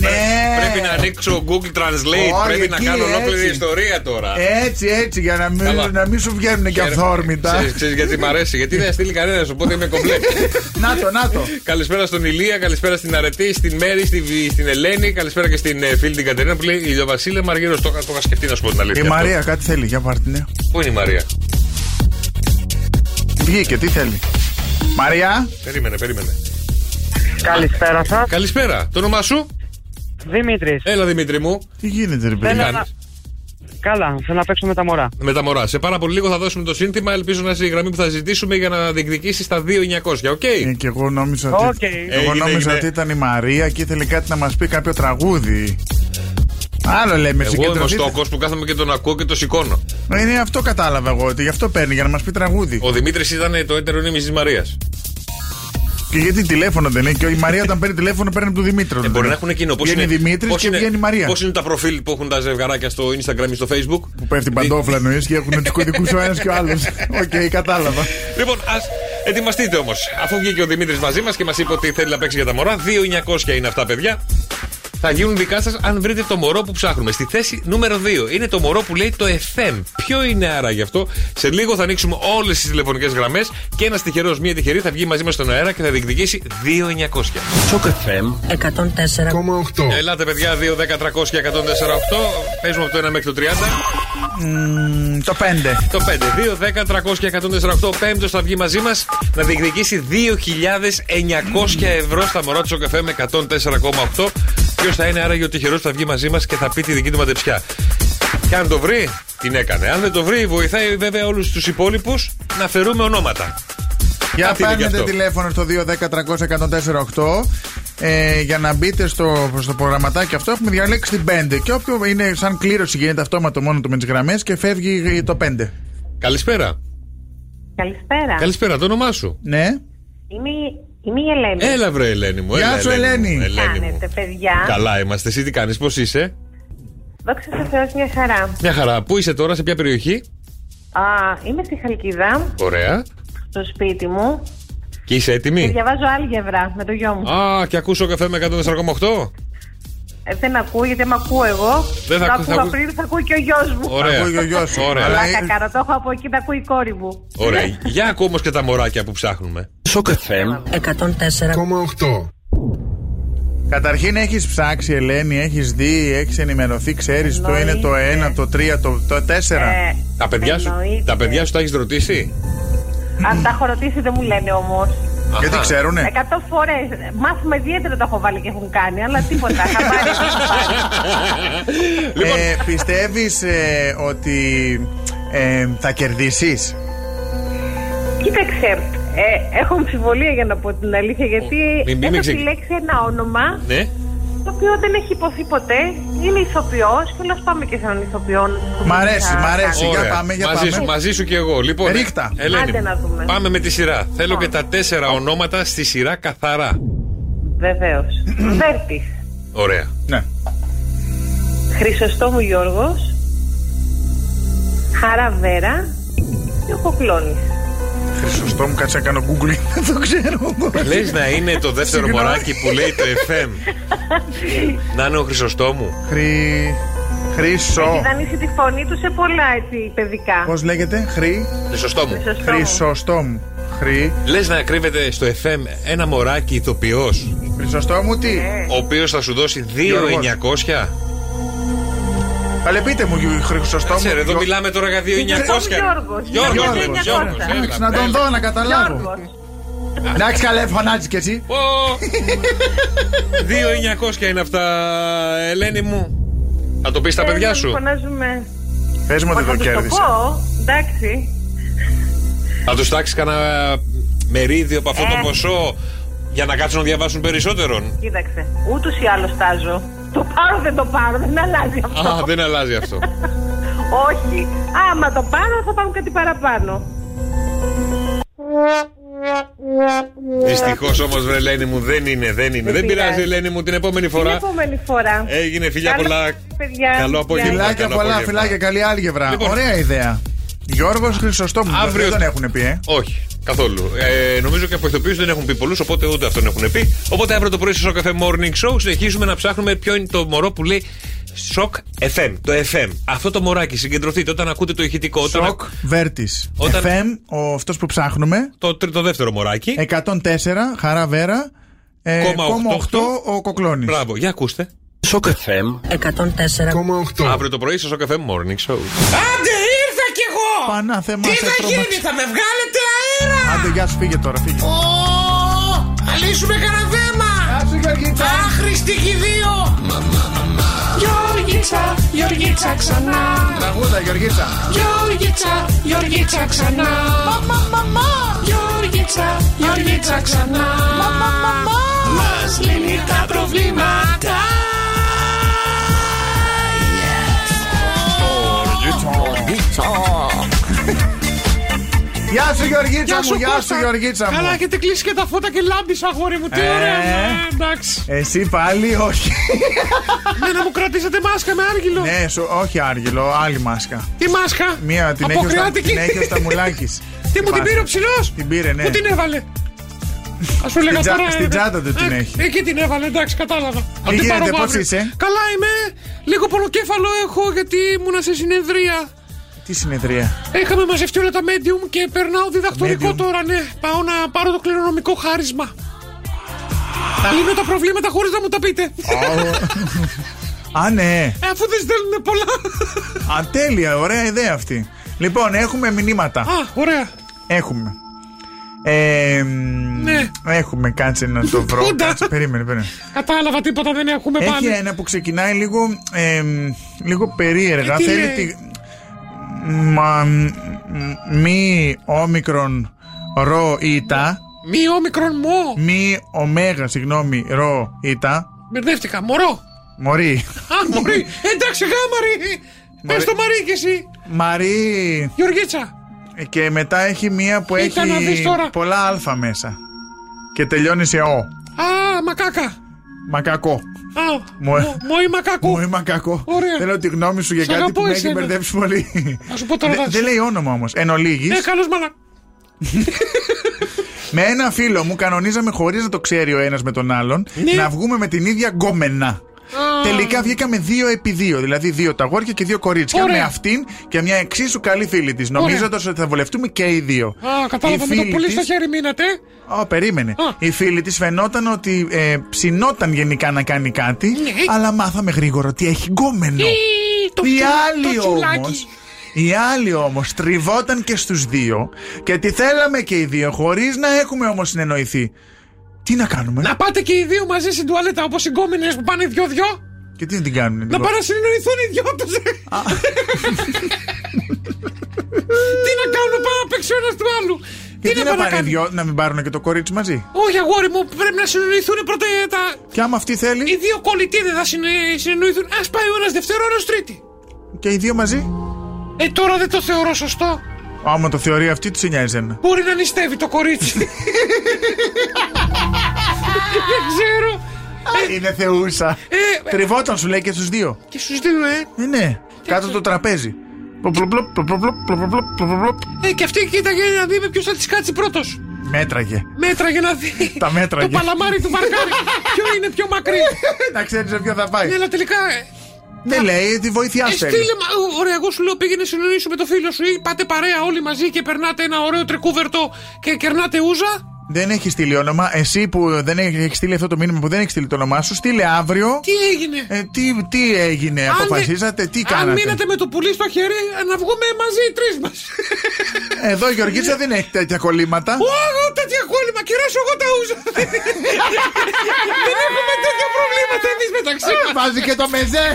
A: πρέπει να ανοίξω Google Translate,
D: Όχι,
A: πρέπει να
D: εκεί,
A: κάνω ολόκληρη
D: έτσι.
A: ιστορία τώρα.
D: Έτσι, έτσι, για να
A: Καλά.
D: μην, να μην σου βγαίνουν και
A: Χαίρομαι.
D: αυθόρμητα.
A: Ξέρεις- Ξέρεις γιατί μ' αρέσει, γιατί δεν στείλει κανένα, οπότε είμαι κομπλέ.
D: Να το, να το.
A: Καλησπέρα στον Ηλία, καλησπέρα στην Αρετή, στην Μέρη, στη Βη- στην Ελένη, καλησπέρα και στην ε, φίλη την Κατερίνα που λέει Ηλιοβασίλε Μαργέρο. Το, είχα- το είχα σκεφτεί να σου πω την αλήθεια.
D: Η Μαρία κάτι θέλει, για πάρ' την, ναι.
A: Πού είναι η Μαρία,
D: Βγήκε, τι θέλει. Μαρία,
A: περίμενε, περίμενε.
F: Καλησπέρα σας.
A: Καλησπέρα, το όνομά σου.
F: Δημήτρης.
A: Έλα Δημήτρη μου,
D: τι γίνεται, ρε
A: τι
D: παιδί.
F: Έλα.
A: κάνεις?
F: Καλά, θέλω να παίξω με τα μωρά.
A: Με τα μωρά. Σε πάρα πολύ λίγο θα δώσουμε το σύνθημα. Ελπίζω να είσαι η γραμμή που θα ζητήσουμε για να διεκδικήσεις τα 2.900. Οκ.
D: Ε, Και εγώ νόμιζα
F: Οκ.
D: ότι. Εγώ
A: Ε, Έγινε,
D: νόμιζα
A: έγινε.
D: ότι ήταν η Μαρία και ήθελε κάτι να μας πει κάποιο τραγούδι. Άλλο λέμε
A: Εγώ είμαι ο
D: συγκεντρωθείτε.
A: στόχος που κάθομαι και τον ακούω και το σηκώνω.
D: Είναι αυτό κατάλαβα εγώ ότι γι' αυτό παίρνει για να μας πει τραγούδι.
A: Ο Δημήτρης ήταν ε, το έτερο νήμι της Μαρίας.
D: Και γιατί τηλέφωνο δεν έχει. Και η Μαρία όταν παίρνει τηλέφωνο παίρνει από τον Δημήτρη.
A: Ε, μπορεί να έχουν εκείνο. Πώς
D: Βγαίνει
A: είναι-
D: Δημήτρης
A: πώς
D: και
A: είναι-
D: βγαίνει η Μαρία.
A: Πώς είναι τα προφίλ που έχουν τα ζευγαράκια στο Instagram ή στο Facebook.
D: Που πέφτει παντόφλα εννοείς και έχουν τους κωδικούς ο ένας και ο άλλος. Οκ, κατάλαβα.
A: Λοιπόν, ας ετοιμαστείτε όμως. Αφού βγήκε ο Δημήτρης μαζί μας και μας είπε ότι θέλει να παίξει για τα μωρά, 2.900 είναι αυτά, παιδιά. Θα γίνουν δικά σας αν βρείτε το μωρό που ψάχνουμε. Στη θέση νούμερο 2 είναι το μωρό που λέει το FM. Ποιο είναι άρα γι' αυτό. Σε λίγο θα ανοίξουμε όλες τις τηλεφωνικές γραμμές και ένας τυχερός, μία τυχερή θα βγει μαζί μας στον αέρα και θα διεκδικήσει 2.900.
C: Shock FM
J: 104,8.
A: Ελάτε, παιδιά, 2, 10, 300 και 104, 8. Παίζουμε από το 1 μέχρι το 30.
D: Μμμ, Το 5.
A: Το 5, 2, 10, 300 και 148. Πέμπτος θα βγει μαζί μας να διεκδικήσει 2.900 ευρώ στα μωρά του καφέ με 104,8. Ποιος θα είναι άραγε ο τυχερός που θα βγει μαζί μας και θα πει τη δική του μαντεψιά. Και αν το βρει, την έκανε. Αν δεν το βρει, βοηθάει βέβαια όλους τους υπόλοιπους να φερούμε ονόματα.
D: Για
A: Κάτι είναι και
D: παίρνετε
A: αυτό.
D: τηλέφωνο στο 210-300-1048 ε, για να μπείτε στο, στο προγραμματάκι αυτό. Έχουμε διαλέξει την 5. Και όποιο είναι σαν κλήρωση γίνεται αυτόματο μόνο του με τις γραμμές και φεύγει το 5.
A: Καλησπέρα.
K: Καλησπέρα.
A: Καλησπέρα, το όνομά σου.
D: Ναι.
K: Είμαι, η- είμαι η Ελένη.
A: Έλα, βρε, Ελένη μου.
D: Γεια
A: έλα,
D: σου,
A: μου,
D: Ελένη.
A: Ελένη μου.
K: Κάνετε, παιδιά.
A: Καλά είμαστε. Εσύ τι κάνεις, πώς είσαι.
K: Δόξα τω Θεώ, μια χαρά.
A: Μια χαρά. Πού είσαι τώρα, σε ποια περιοχή.
K: Α, είμαι στη Χαλκίδα,
A: Ωραία.
K: στο σπίτι μου.
A: Και είσαι
K: Και
A: έτοιμη.
K: διαβάζω άλγευρα με το γιο μου.
A: Α, και ακούσω καφέ με 104,8.
K: Ε, δεν ακούω, γιατί δεν μ' ακούω εγώ.
A: Δεν θα
K: το
A: ακού- Ε. θα
K: ακούω
A: ακού-
K: πριν, θα ακούει και ο γιος μου.
A: Ωραία.
D: Ακούει και ο γιος σου.
A: Ωραία.
D: Αλλά- ε,
K: Πλάκα κάνω, το έχω από εκεί, τα ακούει η κόρη μου.
A: Ωραία. Για ακού όμως και τα μωράκια που ψάχνουμε.
C: Σοκ FM.
J: 104,8
D: Καταρχήν έχεις ψάξει, Ελένη, έχεις δει, έχεις ενημερωθεί, ξέρεις το είναι το 1, το 3, το, το 4.
K: Ε,
A: Τα παιδιά σου
K: εννοείται.
A: τα, παιδιά σου τα έχεις ρωτήσει.
K: Αν τα έχω ρωτήσει, δεν μου λένε όμως.
D: Γιατί
A: Αχα.
D: ξέρουνε.
K: Εκατό φορές. Μάθημα ιδιαίτερο το έχω βάλει και έχουν κάνει, αλλά τίποτα. χαμπάρι δεν έχω πάρει.
A: Λοιπόν,
D: Ε, Πιστεύεις ότι ε, θα κερδίσεις.
K: Κοίταξε, ε, έχω αμφιβολία για να πω την αλήθεια, γιατί
A: Μην- μην με
K: Ε, έχω
A: ξε-
K: επιλέξει ένα όνομα
A: ναι.
K: το οποίο δεν έχει υποθεί ποτέ. Είναι ηθοποιός και όλα πάμε και σε έναν ηθοποιό.
D: Μ' αρέσει, μ' αρέσει.
A: Ωραία.
D: Για πάμε, για
A: μαζί,
D: πάμε.
A: Σου, μαζί σου και εγώ. Λοιπόν,
D: Ρίχτα.
A: Ελένη,
K: Άντε να δούμε.
A: πάμε με τη σειρά. Θέλω και τα τέσσερα ονόματα στη σειρά καθαρά.
K: Βεβαίως. Βέρτης.
A: Ωραία.
D: Ναι.
K: Χρυσοστόμου Γιώργος. Χαραβέρα. Και ο Κοκλώνης.
D: Χρυσοστό μου, κάτσε να κάνω Google. Δεν το ξέρω.
A: Λες να είναι το δεύτερο
D: Συγγνώμη.
A: μωράκι που λέει το FM. να είναι ο Χρυσοστόμου.
D: Χρυ... Χρυσό.
K: Δανείσει τη φωνή του σε πολλά έτσι παιδικά.
D: Πώς λέγεται, Χρυ.
A: Χρυσοστόμου.
K: Χρυσοστόμου.
D: Χρυσοστό μου. Χρυ.
A: Λες να κρύβεται στο FM ένα μωράκι ηθοποιός,
D: Χρυσοστό μου, τι.
K: Ε.
A: ο οποίος θα σου δώσει 2.900.
D: Γιώργος. Αλλά πείτε μου, Γιου- Χρυσοστό μου.
A: Ξέρω, εδώ
D: Γιω-
A: μιλάμε τώρα για 2.900.
K: Γιώργος.
A: Γιώργος,
D: Γιώργος.
A: Γιώργος, έλα,
D: Εντάξει, να τον
A: έλα.
D: δω, να καταλάβω.
K: Γιώργος.
D: Εντάξει, καλέ, φωνάζει κι εσύ.
A: Πω. 2.900 είναι αυτά, Ελένη μου. Θα το πεις στα
K: Ε,
A: παιδιά
K: να
A: σου.
K: Φωνάζουμε.
D: Πες μου ότι το
K: Μα θα τους το
D: κέρδισες.
K: πω, εντάξει.
A: Θα τους τάξει κανένα μερίδιο από αυτό
K: Ε.
A: το ποσό για να κάτσουν να διαβάσουν περισσότερον.
K: Κοίταξε, ούτως ή άλλως τάζω. Το πάρω δεν το πάρω, δεν αλλάζει αυτό.
A: Α, δεν αλλάζει αυτό.
K: Ε. Όχι. Άμα το πάρω θα πάρω κάτι παραπάνω.
A: Δυστυχώς όμως, βρε Ελένη μου, δεν είναι, δεν είναι. Δεν πειράζει,
K: πειράζει.
A: Ελένη μου, την επόμενη
K: Την
A: φορά.
K: επόμενη φορά.
A: Έγινε φιλιά
K: Καλό
A: πολλά.
K: παιδιά.
A: Καλό απόγευμα.
D: Φιλάκια
A: καλό
D: πολλά,
A: απόγευμα.
D: φιλάκια, καλή άλγευρα.
A: Λοιπόν.
D: Ωραία ιδέα. Γιώργος Χρυσοστό μου,
A: Αύριο-
D: δεν τον έχουν πει, ε.
A: Όχι, καθόλου. Ε, νομίζω και από ηθοποιούς δεν έχουν πει πολλούς, οπότε ούτε αυτόν έχουν πει. Οπότε αύριο το πρωί στο Shock FM Morning Show συνεχίζουμε να ψάχνουμε ποιο είναι το μωρό που λέει Shock FM. Το FM. Αυτό το μωράκι, συγκεντρωθείτε όταν ακούτε το ηχητικό. Όταν...
D: Σοκ Βέρτη.
A: Όταν-
D: FM, ο αυτός που ψάχνουμε.
A: Το, τρι- το δεύτερο μωράκι.
D: Ε, 104, χαρά Βέρα. Ε,
A: Κόμμα
D: 0,8,
A: οκτώ.
D: ο Κοκλώνης.
A: Μπράβο, για ακούστε.
C: Σοκ FM.
J: 104,8
A: Αύριο το πρωί στο Shock FM Morning Show.
G: Άντε ήρθα κι εγώ!
D: Πανάθεμα,
G: Τι
D: σε
G: θα
D: τρόμαξε.
G: γίνει, θα με βγάλετε αέρα!
D: Άντε, γεια σου, φύγε τώρα, φύγε.
G: Ω, θα λύσουμε κανένα θέμα!
D: Άσε, Γεωργίτσα.
G: Άχρηστη και οι δύο! Γιώργιτσα, Γιώργιτσα ξανά
D: Τραγούδα, Γεωργίτσα.
G: Γιώργιτσα, Γιώργιτσα ξανά Μαμά, μαμά Γιώργιτσα, Γιώργιτσα ξανά Μαμά, μαμά Μας λύνει τα προβλήματα
D: Γεια σου, Γεωργίτσα μου, γεια σου, Γεωργίτσα μου.
G: έχετε κλείσει και τα φώτα και λάμπεις αγόρι μου Τι
D: Ε.
G: ωραία, ναι, εντάξει
D: Εσύ πάλι, όχι.
G: Ναι, να μου κρατήσετε μάσκα με άργυλο
D: ναι, σου, όχι, Άργυλο, άλλη μάσκα.
G: Τι μάσκα
D: Μία την έχεις ο στα-
G: Αποκριάτικη.
D: την έχεις ο Σταμουλάκης.
G: Τι μου την πήρε ο ψηλός
D: Την πήρε, ναι.
G: Πού την έβαλε. Ας σου λέγα
D: τζα-
G: τώρα. ε,
D: στην
G: ε,
D: τσάντα του την
G: ε,
D: έχει.
G: Εκεί την έβαλε, εντάξει, κατάλαβα. Αν την
D: γίνεται,
G: πάρω εγώ
D: πώς
G: αύριο.
D: είσαι?
G: Καλά είμαι. Λίγο πολλοκέφαλο έχω γιατί ήμουνα σε συνεδρία.
D: Τι συνεδρία.
G: Είχαμε μαζευτεί όλα τα medium και περνάω διδακτορικό
D: Medium.
G: τώρα, ναι. Πάω να πάρω το κληρονομικό χάρισμα. Θα λύνω τα προβλήματα χωρίς να μου τα πείτε.
D: Α, ναι.
G: Ε, αφού δεν στέλνουν πολλά.
D: Α, τέλεια, ωραία ιδέα αυτή. Λοιπόν, έχουμε μηνύματα.
G: Α, ωραία.
D: Έχουμε. Ε, μ, Έχουμε κάτσε να το βρω.
G: Ναι. Κοντά.
D: Κάτσε, περίμενε, περίμενε.
G: Κατάλαβα, τίποτα δεν έχουμε
D: Έχει
G: πάλι.
D: ένα που ξεκινάει λίγο, ε, μ, λίγο περίεργα.
G: Ε, τι
D: Θέλει
G: λέει?
D: τη... Μα, μ, μη όμικρον ρο ήτα.
G: Μη όμικρον μο.
D: Μη ωμέγα, συγγνώμη, ρο ήτα.
G: Μπερδεύτηκα, μωρό.
D: Μωρή.
G: Α, μωρή. Εντάξει, γάμαρη. Πες το μαρί και εσύ.
D: Μαρή.
G: Γεωργίτσα.
D: Και μετά έχει μία που
G: Κοίτα να δεις
D: έχει
G: τώρα.
D: πολλά αλφα μέσα. Και τελειώνει σε ο.
G: Α, μακάκα.
D: Μακακό.
G: Α,
D: Μω-
G: μο- μωή μακάκου.
D: Μου είμαι κακό.
G: Ωραία.
D: Θέλω τη γνώμη σου για
G: Σ'
D: κάτι που
G: αγαπώ
D: με έχει
G: εσένα.
D: μπερδέψει πολύ.
G: Να σου πω τώρα
D: Δε-
G: να-
D: Δεν λέει όνομα όμως. Εν ολίγης,
G: Ε, καλός μαλα.
D: με ένα φίλο μου κανονίζαμε χωρίς να το ξέρει ο ένας με τον άλλον
G: Ναι.
D: να βγούμε με την ίδια γκόμενα. Τελικά βγήκαμε δύο επί δύο, δηλαδή δύο τα αγόρια και δύο κορίτσια.
G: Ωραία.
D: Με αυτήν και μια εξίσου καλή φίλη της, νομίζοντας ότι θα βολευτούμε και οι δύο.
G: Α, κατάλαβα
D: Η
G: με το
D: φίλη
G: πουλί
D: της-
G: στο χέρι μείνατε.
D: Ω, περίμενε.
G: Α.
D: Η φίλη της φαινόταν ότι ε, ψινόταν γενικά να κάνει κάτι, αλλά μάθαμε γρήγορα ότι έχει γκόμενο.
G: Ή, Ναι. Ε, Το
D: Η
G: τσου-
D: άλλη
G: το τσουλάκι.
D: όμως. Η άλλη όμως τριβόταν και στους δύο και τη θέλαμε και οι δύο, χωρίς να έχουμε όμως συνεννοηθεί. Τι να κάνουμε,
G: Να πάτε και οι δύο μαζί στην τουαλέτα όπως οι γκόμενες που πάνε δυο-δυο.
D: και τι να την λοιπόν? κάνουμε.
G: Να πάνε να συνεννοηθούν οι δυο τους. Τι να κάνουμε, πάμε να παίξει ο ένας του άλλου.
D: Και τι να
G: πάμε
D: πάνε
G: κάνουμε.
D: δυο, να μην πάρουν και το κορίτσι μαζί.
G: Όχι, αγόρι μου, πρέπει να συνεννοηθούν πρώτα τα.
D: Και άμα αυτή
G: Οι
D: θέλει,
G: δύο κολλητοί δεν θα συνε- συνεννοηθούν. Ας πάει ο ένας Δευτέρα, ο ένα Τρίτη.
D: και οι δύο μαζί.
G: Ε, τώρα δεν το θεωρώ σωστό.
D: Άμα το θεωρεί αυτή, τι σε νοιάζει ένα.
G: Μπορεί να νηστεύει το κορίτσι. δεν ξέρω.
D: Είναι θεούσα.
G: Ε,
D: Τριβόταν σου λέει και στους δύο.
G: και στους δύο, ε.
D: Ναι, ναι. Κάτω το τραπέζι. Πλο, πλο, πλο, πλο, πλο, πλο, πλο, πλο, πλο, πλο, πλο.
G: ε και αυτή κοίταγε να δει με ποιος θα της κάτσει πρώτος.
D: Μέτραγε.
G: Μέτραγε να δει.
D: Τα μέτραγε.
G: Το παλαμάρι του βαρκάρι. ποιο είναι πιο μακρύ.
D: Να ξέρεις σε ποιο θα πάει.
G: ναι, αλλά τελικά. ε,
D: Δεν ναι, λέει, τη βοήθειά
G: Ε,
D: σου.
G: στείλε, μα- ωραία, εγώ σου λέω πήγαινε συνεννοήσου με το φίλο σου ή πάτε παρέα όλοι μαζί και περνάτε ένα ωραίο τρικούβερτο και κερνάτε ούζα.
D: Δεν έχει στείλει όνομα. Εσύ που δεν έχεις στείλει αυτό το μήνυμα που δεν έχεις στείλει το όνομά σου, στείλε αύριο.
G: Τι έγινε.
D: Ε, τι, τι έγινε,
G: Αν δεν-
D: αποφασίσατε, τι
G: Αν
D: κάνατε.
G: μείνατε με το πουλί στο χέρι, ε, να βγούμε μαζί οι τρεις μας.
D: Ε, Εδώ η Γεωργίτσα δεν έχει τέτοια κολλήματα.
G: εγώ τέτοια κόλλημα, κυράσω εγώ τα ούζα. Δεν έχουμε τέτοια προβλήματα εμείς μεταξύ μας.
D: Βάζει και το
G: Ε,
D: μεζέ.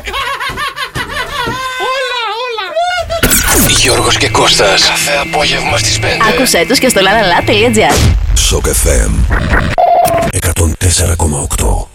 G: Όλα, όλα.
L: Γιώργος και Κώστας. Κάθε απόγευμα στις 5.
M: Άκουσέ τους και στο lalala.gr
L: Σοκ FM 104,8.